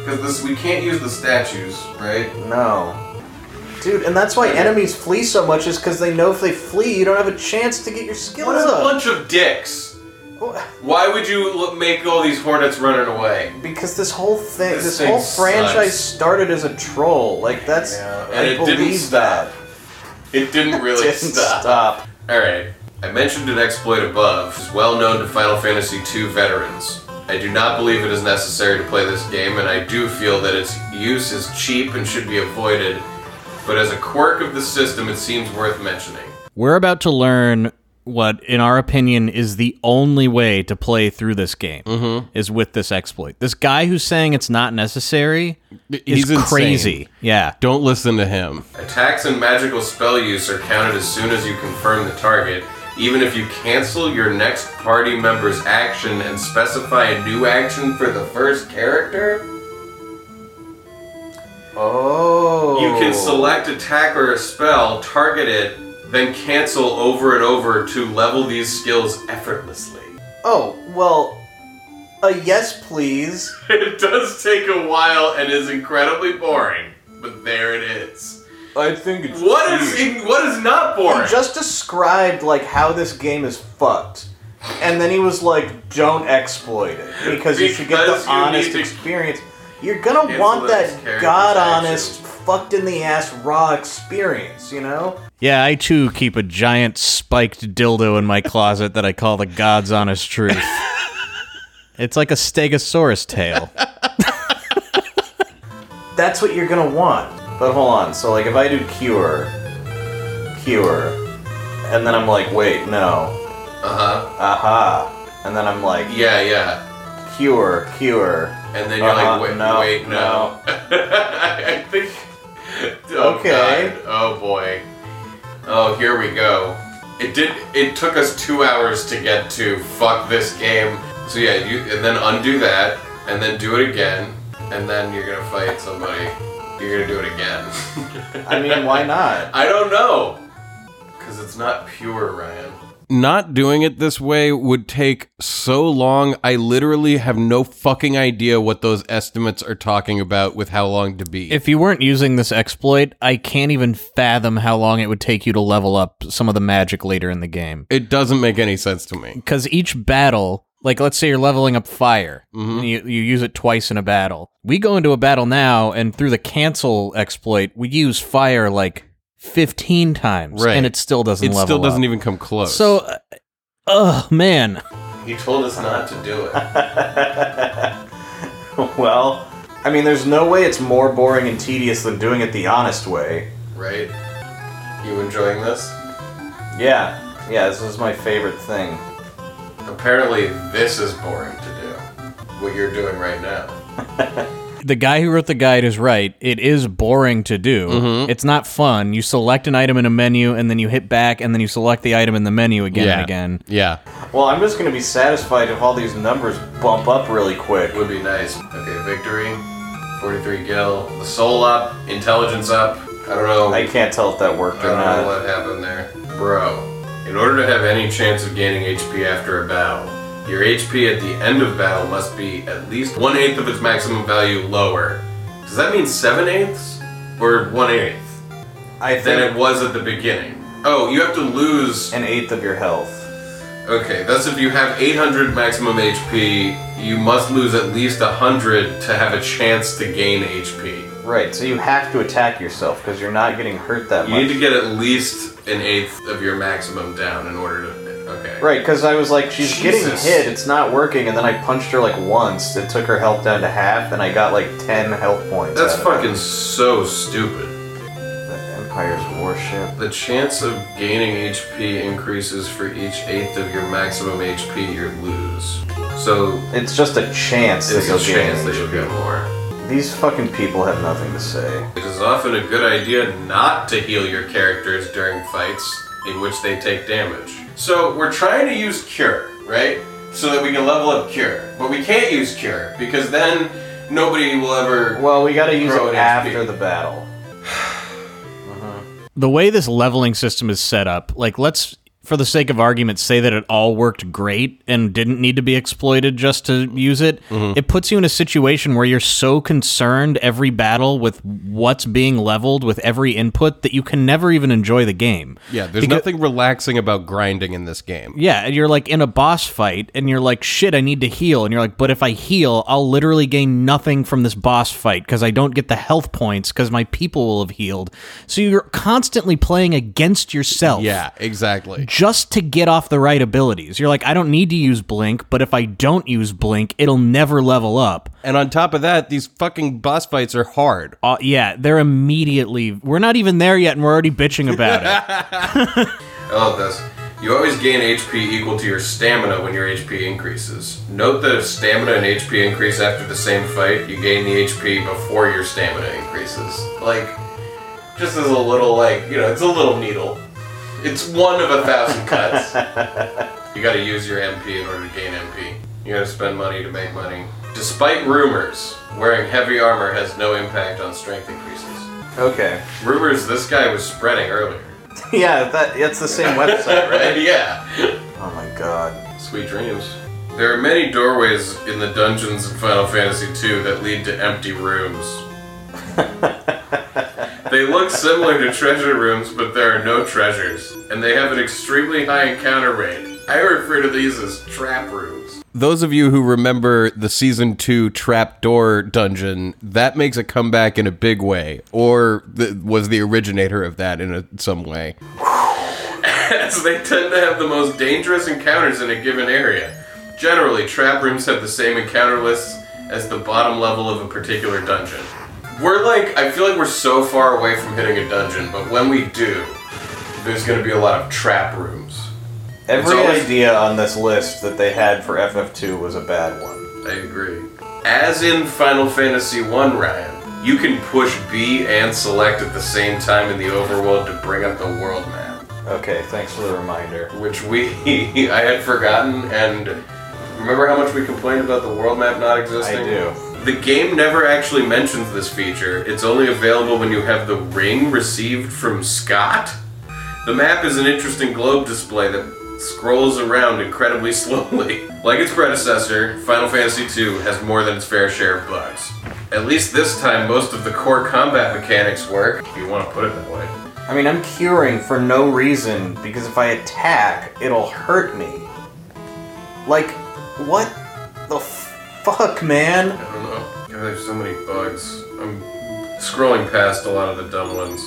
Because this, we can't use the statues, right? No. Dude, and that's why enemies flee so much is because they know if they flee, you don't have a chance to get your skills What a up. Oh, bunch of dicks! What? Why would you l- make all these hornets running away? Because this whole thing, This this, thing whole franchise sucks. started as a troll. Like that's, Yeah, and I it didn't believe that. It <laughs> didn't really Didn't stop. stop. Alright, I mentioned an exploit above, which is well known to Final Fantasy II veterans. I do not believe it is necessary to play this game, and I do feel that its use is cheap and should be avoided, but as a quirk of the system, it seems worth mentioning. We're about to learn what, in our opinion, is the only way to play through this game Mm-hmm. is with this exploit. This guy who's saying it's not necessary He's is insane. crazy. Yeah. Don't listen to him. Attacks and magical spell use are counted as soon as you confirm the target, even if you cancel your next party member's action and specify a new action for the first character. Oh. You can select attack or a spell, target it, then cancel over and over to level these skills effortlessly. <laughs> Oh well, a yes please. It does take a while and is incredibly boring, but there it is. I think it's What is in, what is not boring? He just described like how this game is fucked. And then he was like, "Don't exploit it because you should get Because the you need honest to- experience. You're gonna Cancel want those that characters' god honest, fucked in the ass raw experience, you know? Yeah, I too keep a giant spiked dildo in my closet that I call the God's honest <laughs> truth. it's like a stegosaurus tail. That's what you're gonna want." But hold on. So like, if I do cure, cure, and then I'm like, "Wait, no, Uh-huh. Uh huh. aha," and then I'm like, Yeah, yeah. "Cure, cure." And then you're Uh-huh, like, wait, no, wait, no. <laughs> I think. Oh, Okay. God. Oh boy. Oh, here we go. It did. It took us two hours to get to fuck this game. So yeah, you and then undo that, and then do it again, and then you're gonna fight somebody. You're gonna do it again. <laughs> I mean, why not? I don't know. Cause it's not pure, Ryan. Not doing it this way would take so long. I literally have no fucking idea what those estimates are talking about with how long to be. If you weren't using this exploit, I can't even fathom how long it would take you to level up some of the magic later in the game. it doesn't make any sense to me. because each battle, like let's say you're leveling up fire, Mm-hmm. and you, you use it twice in a battle. We go into a battle now, and through the cancel exploit, we use fire like 15 times, Right. and it still doesn't It level still doesn't up. even come close. So, uh, oh man, He told us not to do it. <laughs> Well, I mean, there's no way it's more boring and tedious than doing it the honest way. Right? You enjoying this? Yeah, yeah, this is my favorite thing. Apparently, this is boring to do. What you're doing right now. the guy who wrote the guide is right. It is boring to do. Mm-hmm. It's not fun. You select an item in a menu, and then you hit back, and then you select the item in the menu again yeah. and again. Yeah. Well, I'm just gonna be satisfied if all these numbers bump up really quick. Would be nice. Okay, victory. 43 gil. The soul up. Intelligence up. I don't know. I can't tell if that worked I or don't know not. what happened there. Bro, in order to have any chance of gaining HP after a battle, your HP at the end of battle must be at least one eighth of its maximum value lower. Does that mean seven eighths? Or one eighth? I Than it think was at the beginning. Oh, you have to lose an eighth of your health. Okay, that's if you have 800 maximum HP, you must lose at least 100 to have a chance to gain HP. Right, so you have to attack yourself because you're not getting hurt that You need much. to get at least an eighth of your maximum down in order to. Okay. Right, because I was like, she's getting Jesus. hit, it's not working, and then I punched her like once. It took her health down to half, and I got like 10 health points. That's out of it. fucking so stupid. I'm Empire's warship. The chance of gaining HP increases for each eighth of your maximum HP you lose. So It's just a chance it's that a you'll get chance in. that you'll get more. These fucking people have nothing to say. It is often a good idea not to heal your characters during fights in which they take damage. So we're trying to use cure, right? So that we can level up cure. But we can't use cure because then nobody will ever Well, we gotta use Throw it it after HP. the battle. <sighs> the way this leveling system is set up, like let's for the sake of argument say that it all worked great and didn't need to be exploited just to use it. Mm-hmm. It puts you in a situation where you're so concerned every battle with what's being leveled with every input that you can never even enjoy the game. Yeah, there's Because- nothing relaxing about grinding in this game. yeah, and you're like in a boss fight and you're like, shit, I need to heal. And you're like, but if I heal, I'll literally gain nothing from this boss fight because I don't get the health points because my people will have healed. So you're constantly playing against yourself. Yeah, exactly. Just to get off the right abilities. You're like, I don't need to use blink, but if I don't use blink, it'll never level up. And on top of that, these fucking boss fights are hard. Uh, yeah, they're immediately. We're not even there yet, and we're already bitching about it. I love this. You always gain HP equal to your stamina when your HP increases. Note that if stamina and HP increase after the same fight, you gain the HP before your stamina increases. Like, just as a little, like, you know, it's a little needle. It's one of a thousand cuts. you gotta use your MP in order to gain MP. You gotta spend money to make money. Despite rumors, wearing heavy armor has no impact on strength increases. <laughs> Okay. Rumors this guy was spreading earlier. Yeah, that that's the same website, <laughs> right? yeah. Oh my god. Sweet dreams. There are many doorways in the dungeons in Final Fantasy II that lead to empty rooms. they look similar to treasure rooms, but there are no treasures, and they have an extremely high encounter rate. I refer to these as trap rooms. Those of you who remember the season two trapdoor dungeon, that makes a comeback in a big way, or th- was the originator of that in a, some way. As they tend to have the most dangerous encounters in a given area. Generally, trap rooms have the same encounter lists as the bottom level of a particular dungeon. We're like, I feel like we're so far away from hitting a dungeon, but when we do, there's gonna be a lot of trap rooms. Every always- idea on this list that they had for FF2 was a bad one. I agree. As in Final Fantasy 1, Ryan, you can push B and select at the same time in the overworld to bring up the world map. Okay, thanks for the reminder. which we <laughs> I had forgotten and remember how much we complained about the world map not existing? I do. The game never actually mentions this feature. It's only available when you have the ring received from Scott. The map is an interesting globe display that scrolls around incredibly <laughs> slowly. Like its predecessor, Final Fantasy II has more than its fair share of bugs. At least this time, most of the core combat mechanics work, if you want to put it that way. I mean, I'm curing for no reason because if I attack, it'll hurt me. Like, what the f- fuck, man? I don't know. God, there's so many bugs. I'm scrolling past a lot of the dumb ones.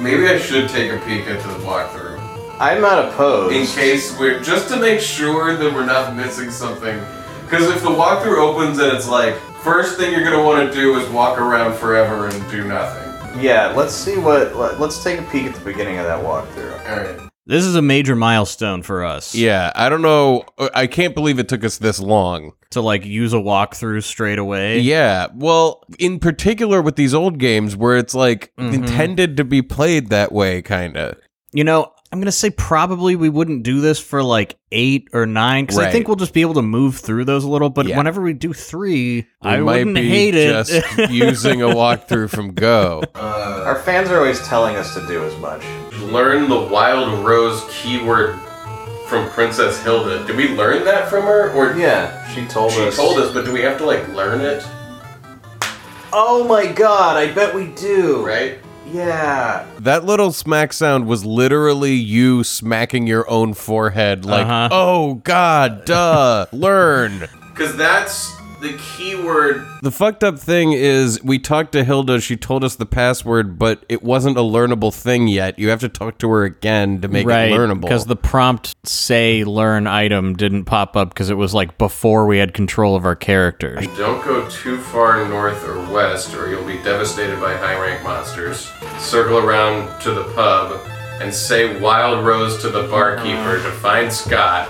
Maybe I should take a peek into the walkthrough. I'm not opposed. In case we're. just to make sure that we're not missing something. Because if the walkthrough opens and it's like, first thing you're gonna wanna do is walk around forever and do nothing. Yeah, let's see what. let- Let's take a peek at the beginning of that walkthrough. Alright. This is a major milestone for us. Yeah, I don't know. Uh, I can't believe it took us this long. To like use a walkthrough straight away. Yeah, well, in particular with these old games where it's like Mm-hmm. intended to be played that way, kind of. you know, I'm gonna say probably we wouldn't do this for like eight or nine because I Right. think we'll just be able to move through those a little. But Yeah. whenever we do three, We I might wouldn't be hate it. <laughs> just using a walkthrough from Go. Uh, Our fans are always telling us to do as much. Learn the Wild Rose keyword from Princess Hilda. Did we learn that from her? Or Yeah, she told she us. told us, but do we have to like learn it? Oh my god, I bet we do. Right? Yeah. That little smack sound was literally you smacking your own forehead, like, Uh-huh. oh, God, duh, learn. Because that's the keyword The fucked up thing is, we talked to Hilda. She told us the password, but it wasn't a learnable thing yet. You have to talk to her again to make right, it learnable. Because the prompt say learn item didn't pop up because it was like before we had control of our characters. Don't go too far north or west, or you'll be devastated by high rank monsters. Circle around to the pub and say Wild Rose to the barkeeper to find Scott,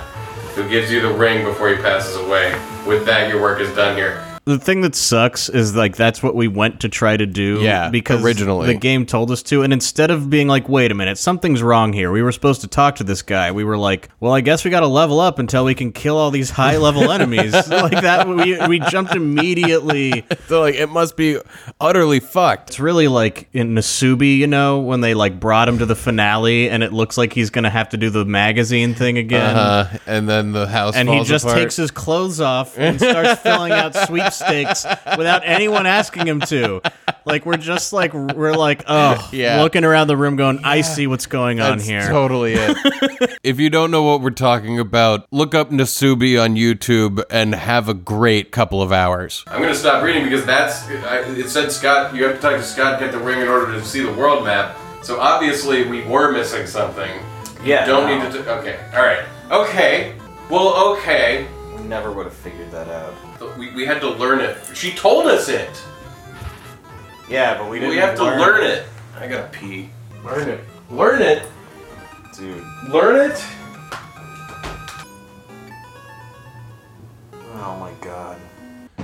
who gives you the ring before he passes away. With that, your work is done here. The thing that sucks is like that's what we went to try to do. Yeah, because originally. the game told us to, and instead of being like, "Wait a minute, something's wrong here," we were supposed to talk to this guy. We were like, "Well, I guess we got to level up until we can kill all these high <laughs> level enemies." like that, we we jumped immediately. so, like, it must be utterly fucked. It's really like in Nasubi, you know, when they like brought him to the finale, and it looks like he's gonna have to do the magazine thing again. Uh, and then the house and he falls just apart. takes his clothes <laughs> off and starts filling out sweepstakes without anyone asking him to. Like we're just like we're <laughs> like oh Yeah. looking around the room going I see what's going on That's here. Totally it. if you don't know what we're talking about, look up Nasubi on YouTube and have a great couple of hours. I'm gonna stop reading because that's I, it said Scott. You have to talk to Scott to get the ring in order to see the world map. So obviously we were missing something. Yeah. Don't no, need to. T- okay. All right. Okay. Well. Okay. we Never would have figured that out. We, we had to learn it. She told us it. Yeah, but we didn't. We have to learn it. I gotta pee. Learn it. Learn it. dude. Learn it. Oh my god.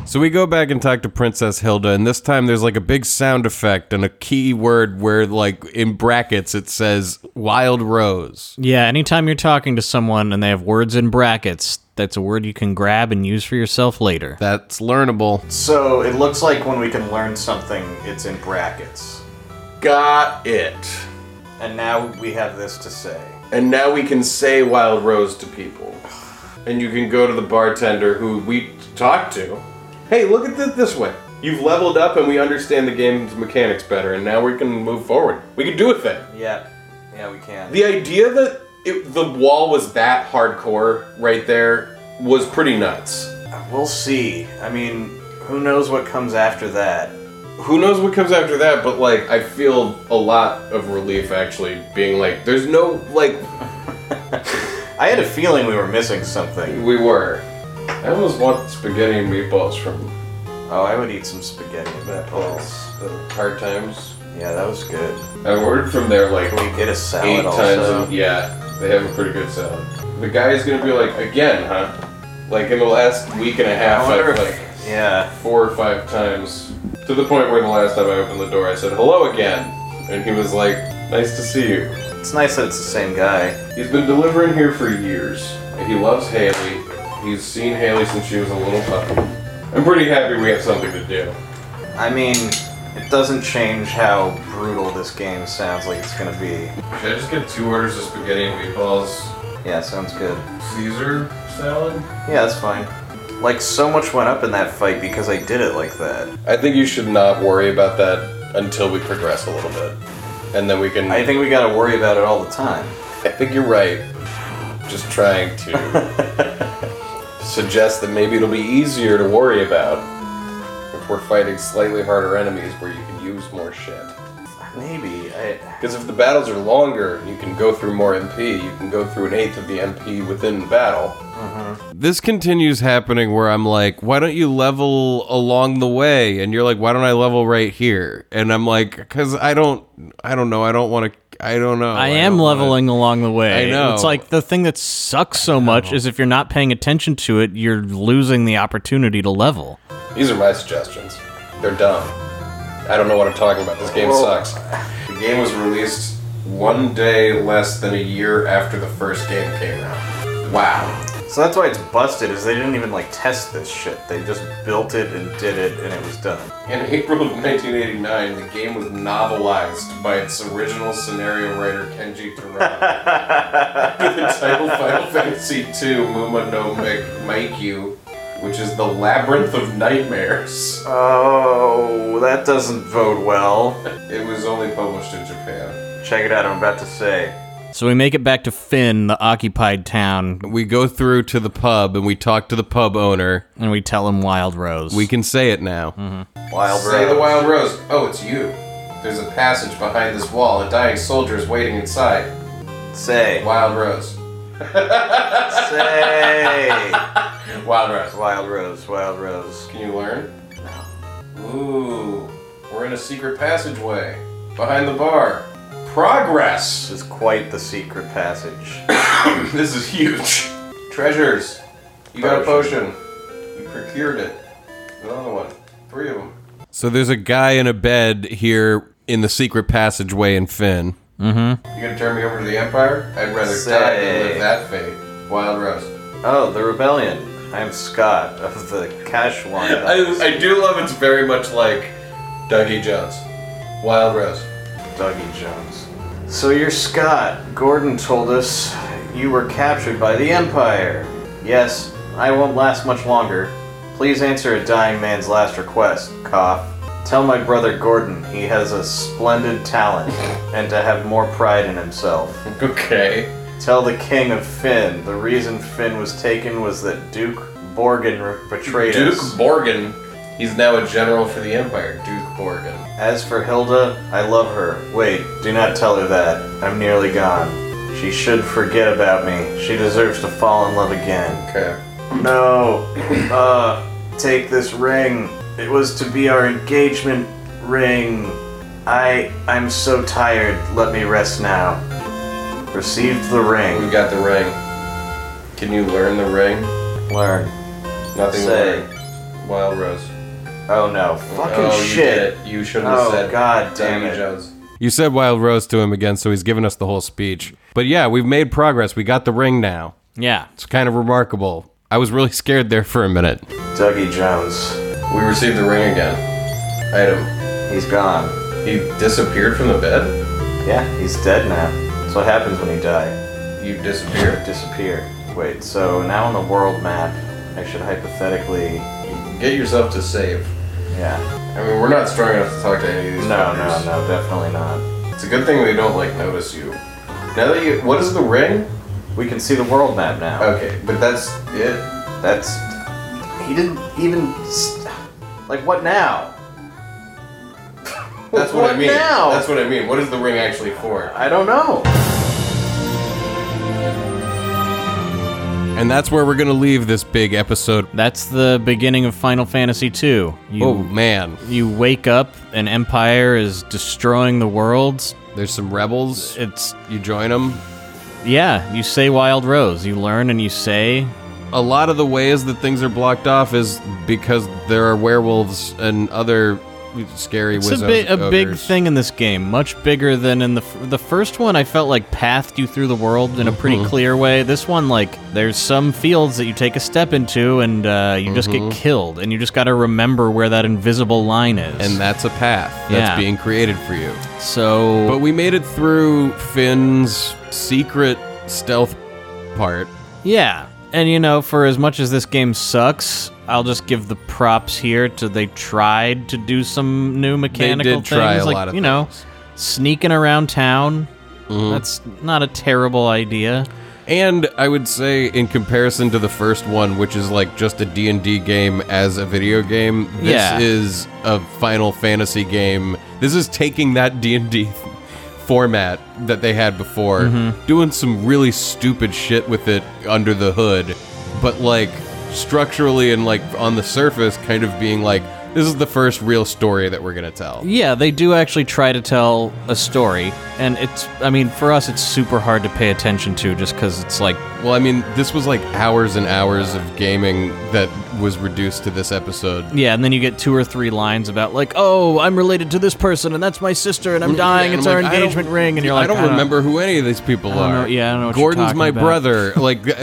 So we go back and talk to Princess Hilda, and this time there's like a big sound effect and a key word where, like, in brackets it says wild rose. Yeah, anytime you're talking to someone and they have words in brackets, that's a word you can grab and use for yourself later. That's learnable. So it looks like when we can learn something, it's in brackets. Got it. And now we have this to say. And now we can say Wild Rose to people. And you can go to the bartender who we talked to. Hey, look at it this way. You've leveled up and we understand the game's mechanics better, and now we can move forward. We can do a thing. Yeah. Yeah, we can. The idea that it, the wall was that hardcore right there was pretty nuts. We'll see. I mean, who knows what comes after that? Who knows what comes after that, but like, I feel a lot of relief actually being like, there's no, like, I had a feeling we were missing something. we were. I almost want spaghetti and meatballs from Oh, I would eat some spaghetti and meatballs. the hard times. Yeah, that was good. I ordered from there like Can we get a eight salad times. also? and- yeah, they have a pretty good salad. The guy is gonna be like, again, huh? Like in the last week and a half, I wonder I've if- like Yeah. four or five times to the point where the last time I opened the door, I said hello again, and he was like, nice to see you. It's nice that it's the same guy. He's been delivering here for years. He loves Haley. He's seen Haley since she was a little puppy. I'm pretty happy we have something to do. I mean, it doesn't change how brutal this game sounds like it's gonna be. Should I just get two orders of spaghetti and meatballs, Yeah, sounds good. Caesar salad? Yeah, that's fine. Like, so much went up in that fight because I did it like that. I think you should not worry about that until we progress a little bit. And then we can. I think we gotta worry about it all the time. I think you're right. Just trying to suggest that maybe it'll be easier to worry about if we're fighting slightly harder enemies where you can use more shit. Maybe. I. Because if the battles are longer, you can go through more MP, you can go through an eighth of the MP within the battle. this continues happening where I'm like, why don't you level along the way? And you're like, why don't I level right here? And I'm like, because I don't, I don't know, I don't want to, I don't know. I am don't wanna- leveling along the way. I know. It's like the thing that sucks so much is if you're not paying attention to it, you're losing the opportunity to level. These are my suggestions. They're dumb. I don't know what I'm talking about. This game sucks. The game was released one day less than a year after the first game came out. Wow. So that's why it's busted, is they didn't even, like, test this shit. They just built it and did it, and it was done. In April of 1989, the game was novelized by its original scenario writer Kenji Terada <laughs> with the title Final Fantasy II Muma no Maikyu, which is the Labyrinth of Nightmares. Oh, that doesn't bode well. It was only published in Japan. Check it out, I'm about to say. So we make it back to Finn, the occupied town, We go through to the pub and we talk to the pub owner. and we tell him Wild Rose. We can say it now. Wild Say the Rose. wild rose. Oh, it's you. There's a passage behind this wall. A dying soldier is waiting inside. <laughs> Say. Wild rose. Say. Wild rose. Wild Rose. Wild Rose. Can you learn? No. Ooh, we're in a secret passageway behind the bar. Progress. This is quite the secret passage. <laughs> This is huge. Treasures. You got a Potion. potion. You procured it. Another one. Three of them. So there's a guy in a bed here in the secret passageway in Finn. You gonna turn me over to the Empire? I'd rather die than live Say. that fate. Wild Rose. Oh, the rebellion. I'm Scott of the Kashwan. Doggy <laughs> <laughs> I do love it's very much like Dougie Jones. Wild Rose. Dougie Jones. So you're Scott. Gordon told us you were captured by the Empire. Yes, I won't last much longer. Please answer a dying man's last request, cough. Tell my brother Gordon he has a splendid talent and to have more pride in himself. Okay. Tell the king of Finn the reason Finn was taken was that Duke Borgin re- betrayed Duke us. Borgin. He's now a general for the Empire. Duke Borgin. As for Hilda, I love her. Wait, do not tell her that. I'm nearly gone. She should forget about me. She deserves to fall in love again. Okay. <laughs> No. Uh, take this ring. It was to be our engagement ring. I I'm so tired. Let me rest now. Received the We ring. got the ring. Can you learn the ring? Learn. Nothing Say. learned. Wild Rose. Oh no. Fucking oh, shit. You, did it. you shouldn't have Oh, said God damn Dougie it. Jones. You said Wild Rose to him again, so he's given us the whole speech. But yeah, we've made progress. We got the ring now. yeah. It's kind of remarkable. I was really scared there for a minute. Dougie Jones. We received the ring again. Item. He's gone. He disappeared from the bed? Yeah, he's dead now. That's what happens when you die. You disappeared. Disappear. Wait, so now on the world map, I should hypothetically. Get yourself to save. Yeah. I mean, we're not strong enough to talk to any of these No, no, fuckers. no, definitely not. It's a good thing they don't, like, notice you. Now that you. What is the ring? We can see the world map now. Okay, but that's it. That's. Oh, He didn't even. s- Like, what <laughs> now? That's what, I mean. now? That's what I mean. What is the ring actually for? I don't know. And that's where we're going to leave this big episode. That's the beginning of Final Fantasy II. You, Oh, man. you wake up, an empire is destroying the world. There's some rebels. It's, You join them. yeah, you say Wild Rose. You learn and you say, A lot of the ways that things are blocked off is because there are werewolves and other scary It's a, wizards. bi- a big thing in this game, much bigger than in the f- the first one. I felt like pathed you through the world in a Mm-hmm. pretty clear way. This one, like, there's some fields that you take a step into and uh, you just Mm-hmm. get killed, and you just got to remember where that invisible line is. And that's a path that's Yeah. being created for you. so, But we made it through Finn's secret stealth part. yeah, and you know, for as much as this game sucks, I'll just give the props here to they tried to do some new mechanical did try things, a like lot of you know, things. Mm-hmm. sneaking around town. That's not a terrible idea. And I would say in comparison to the first one, which is like just a D&D game as a video game, this Yeah. is a Final Fantasy game. This is taking that D&D th- format that they had before, doing some really stupid shit with it under the hood, but like structurally and like on the surface kind of being like this is the first real story that we're going to tell. Yeah, they do actually try to tell a story, and it's, I mean, for us, it's super hard to pay attention to just because it's like, Well, I mean, this was like hours and hours of gaming that was reduced to this episode. yeah, and then you get two or three lines about, like, oh, I'm related to this person, and that's my sister, and I'm dying, Mm, Yeah, and it's I'm our like, I don't- engagement ring, and dude, you're like, I don't remember who any of these people don't are. know- yeah, I don't know what you're Gordon's talking my about. brother. Like, <laughs>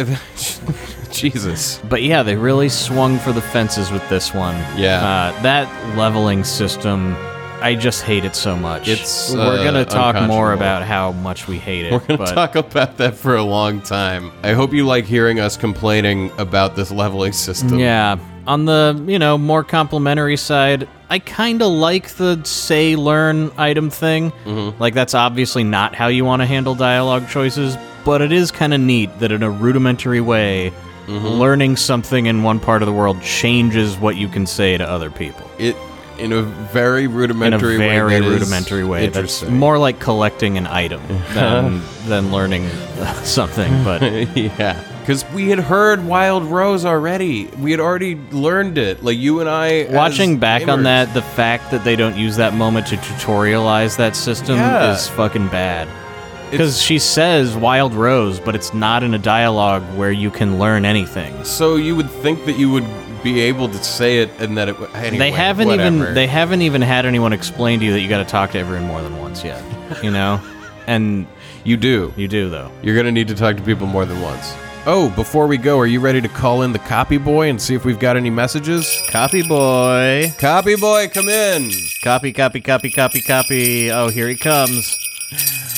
Jesus. But yeah, they really swung for the fences with this one. Yeah. Uh, that leveling system. I just hate it so much. It's, we're uh, gonna talk more unconscionable. about how much we hate it. We're going to but talk about that for a long time. I hope you like hearing us complaining about this leveling system. yeah, on the you know more complimentary side, I kind of like the say learn item thing. Mm-hmm. Like that's obviously not how you want to handle dialogue choices, but it is kind of neat that in a rudimentary way, Mm-hmm. learning something in one part of the world changes what you can say to other people. It in a very in a rudimentary way. very that is rudimentary way. That's Interesting. more like collecting an <laughs> item than, than learning uh, <laughs> something. But yeah. Because we had heard Wild Rose already. We had already learned it. Like you and I. as watching back on gamers. that, the fact that they don't use that moment to tutorialize that system Yeah. is fucking bad. It's- Because she says Wild Rose, but it's not in a dialogue where you can learn anything. So you would think that you would be able to say it and that it. w- Anyway, they haven't whatever. even they haven't even had anyone explain to you that you got to talk to everyone more than once yet. You <laughs> know, and You do. you do though. You're gonna need to talk to people more than once. Oh, before we go, are you ready to call in the copy boy and see if we've got any messages? Copy boy. Copy boy, come in. Copy, copy, copy, copy, copy. Oh, here he comes.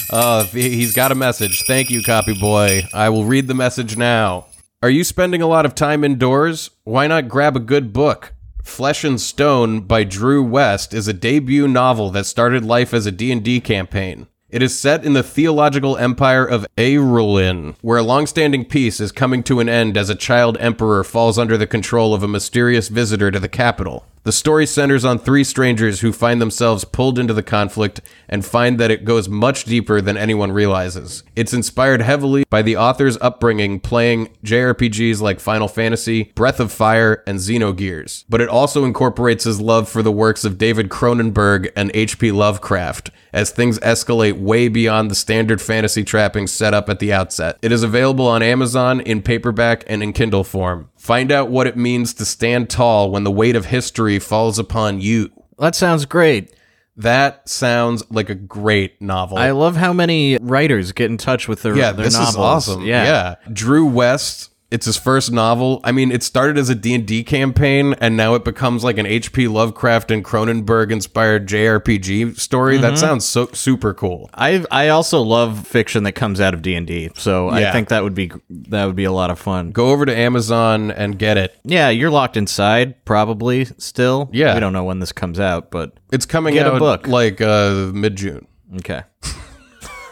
Uh, he- he's got a message. Thank you, copy boy. I will read the message now. Are you spending a lot of time indoors? Why not grab a good book? Flesh and Stone by Drew West is a debut novel that started life as a D&D campaign. It is set in the theological empire of Aerolin, where a long-standing peace is coming to an end as a child emperor falls under the control of a mysterious visitor to the capital. The story centers on three strangers who find themselves pulled into the conflict and find that it goes much deeper than anyone realizes. It's inspired heavily by the author's upbringing playing JRPGs like Final Fantasy, Breath of Fire, and Xenogears, but it also incorporates his love for the works of David Cronenberg and H.P. Lovecraft as things escalate way beyond the standard fantasy trappings set up at the outset. It is available on Amazon in paperback and in Kindle form. Find out what it means to stand tall when the weight of history falls upon you. That sounds great. That sounds like a great novel. I love how many writers get in touch with their yeah, their this novels. is awesome. Yeah. Drew West. It's his first novel. I mean, it started as a D&D campaign and now it becomes like an HP Lovecraft and Cronenberg inspired JRPG story. Mm-hmm. That sounds so super cool. I I also love fiction that comes out of D and D, so Yeah. I think that would be that would be a lot of fun. Go over to Amazon and get it. Yeah, you're locked inside probably still. Yeah. we don't know when this comes out, but It's coming Get a out book. like uh, mid-June. okay.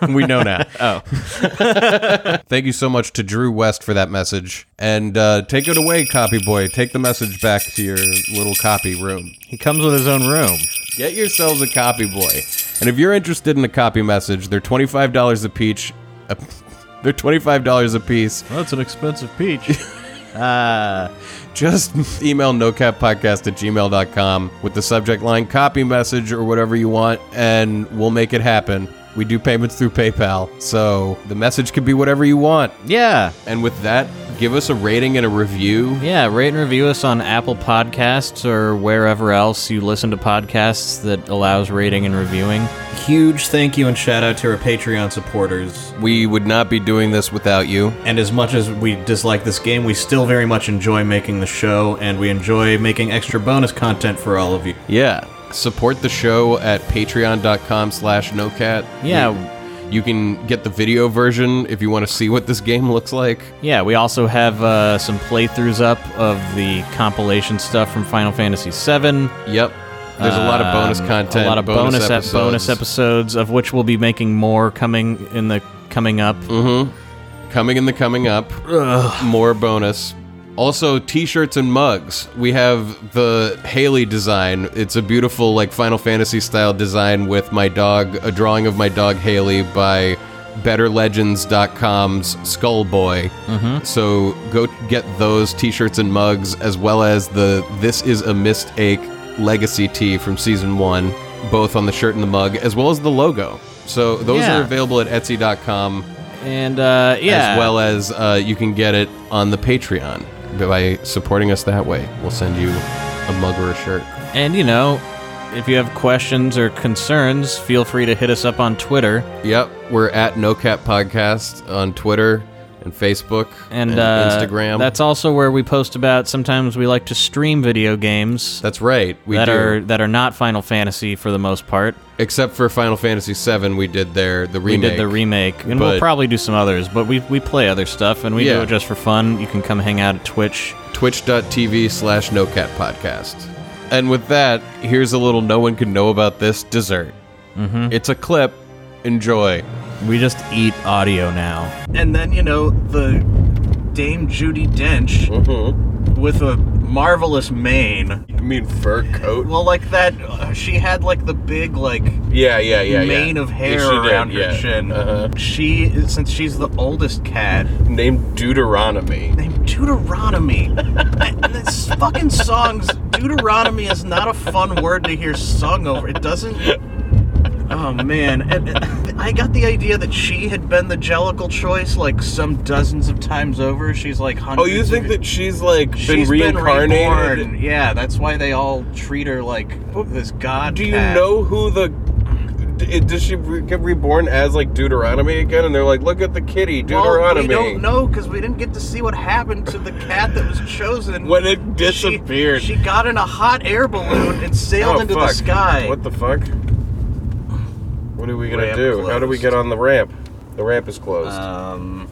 We <laughs> know now. oh. <laughs> Thank you so much to Drew West for that message. And uh, take it away, copy boy. Take the message back to your little copy room. He comes with his own room. Get yourselves a copy boy. And if you're interested in a copy message, they're $25 a peach. A, <laughs> they're $25 a piece. that's an expensive <laughs> peach. Ah, Just <laughs> email nocappodcast at gmail.com with the subject line copy message or whatever you want, and we'll make it happen. We do payments through PayPal, so the message could be whatever you want. yeah. And with that, give us a rating and a review. Yeah, rate and review us on Apple Podcasts or wherever else you listen to podcasts that allows rating and reviewing. Huge thank you and shout out to our Patreon supporters. We would not be doing this without you. And as much as we dislike this game, we still very much enjoy making the show, and we enjoy making extra bonus content for all of you. Yeah. Support the show at patreon.com slash nocat. Yeah. You, you can get the video version if you want to see what this game looks like. Yeah, we also have uh, some playthroughs up of the compilation stuff from Final Fantasy VII. Yep. There's a lot of bonus Um, content. a lot of bonus bonus episodes. episodes. bonus episodes, of which we'll be making more coming in the coming up. Mm-hmm. Coming in the coming up. More bonus. Also, t-shirts and mugs. We have the Haley design. It's a beautiful, like Final Fantasy style design with my dog, a drawing of my dog Haley by BetterLegends.com's Skullboy. So go get those t-shirts and mugs, as well as the "This Is a Mistake" legacy tee from season one, both on the shirt and the mug, as well as the logo. So those Yeah. are available at Etsy.com And uh, yeah, as well as uh, you can get it on the Patreon by supporting us that way. We'll send you a mug or a shirt. and you know, if you have questions or concerns, feel free to hit us up on Twitter. Yep, we're at NoCap Podcast on Twitter. and Facebook and, uh, Instagram. That's also where we post about. Sometimes we like to stream video games That's right. We that do. are that are not Final Fantasy for the most part. Except for Final Fantasy VII, we did their the We remake. did the remake, and we'll but- probably do some others. But we we play other stuff, and we Yeah. do it just for fun. You can come hang out at Twitch. Twitch.tv slash NoCat Podcast. And with that, here's a little no one can know about this dessert. Mm-hmm. It's a clip. Enjoy. We just eat audio now. and then you know the Dame Judy Dench with a marvelous mane. Mm-hmm. You mean fur coat? Well, like that, uh, she had like the big like Yeah, yeah, yeah. yeah. mane of hair Yes, she did, around yeah. her chin. Uh-huh. She, since she's the oldest cat, Named Deuteronomy. named <laughs> Deuteronomy. and this fucking songs, Deuteronomy is not a fun word to hear sung over. It doesn't. Oh man, and, and I got the idea that she had been the Jellicle choice like some dozens of times over. She's like Oh, hundreds. you think of, that she's like she's been reincarnated? reborn. Yeah, that's why they all treat her like this god. Do you cat. know who the? d- Does she re- get reborn as like Deuteronomy again? And they're like, look at the kitty, Well, we Deuteronomy. don't know because we didn't get to see what happened to the cat that was chosen. When it She- disappeared. She, got in a hot air balloon and sailed Oh, into fuck. the sky. What the fuck? What are we gonna Ramp do? How do we closed. get on the ramp? The ramp is closed. Um,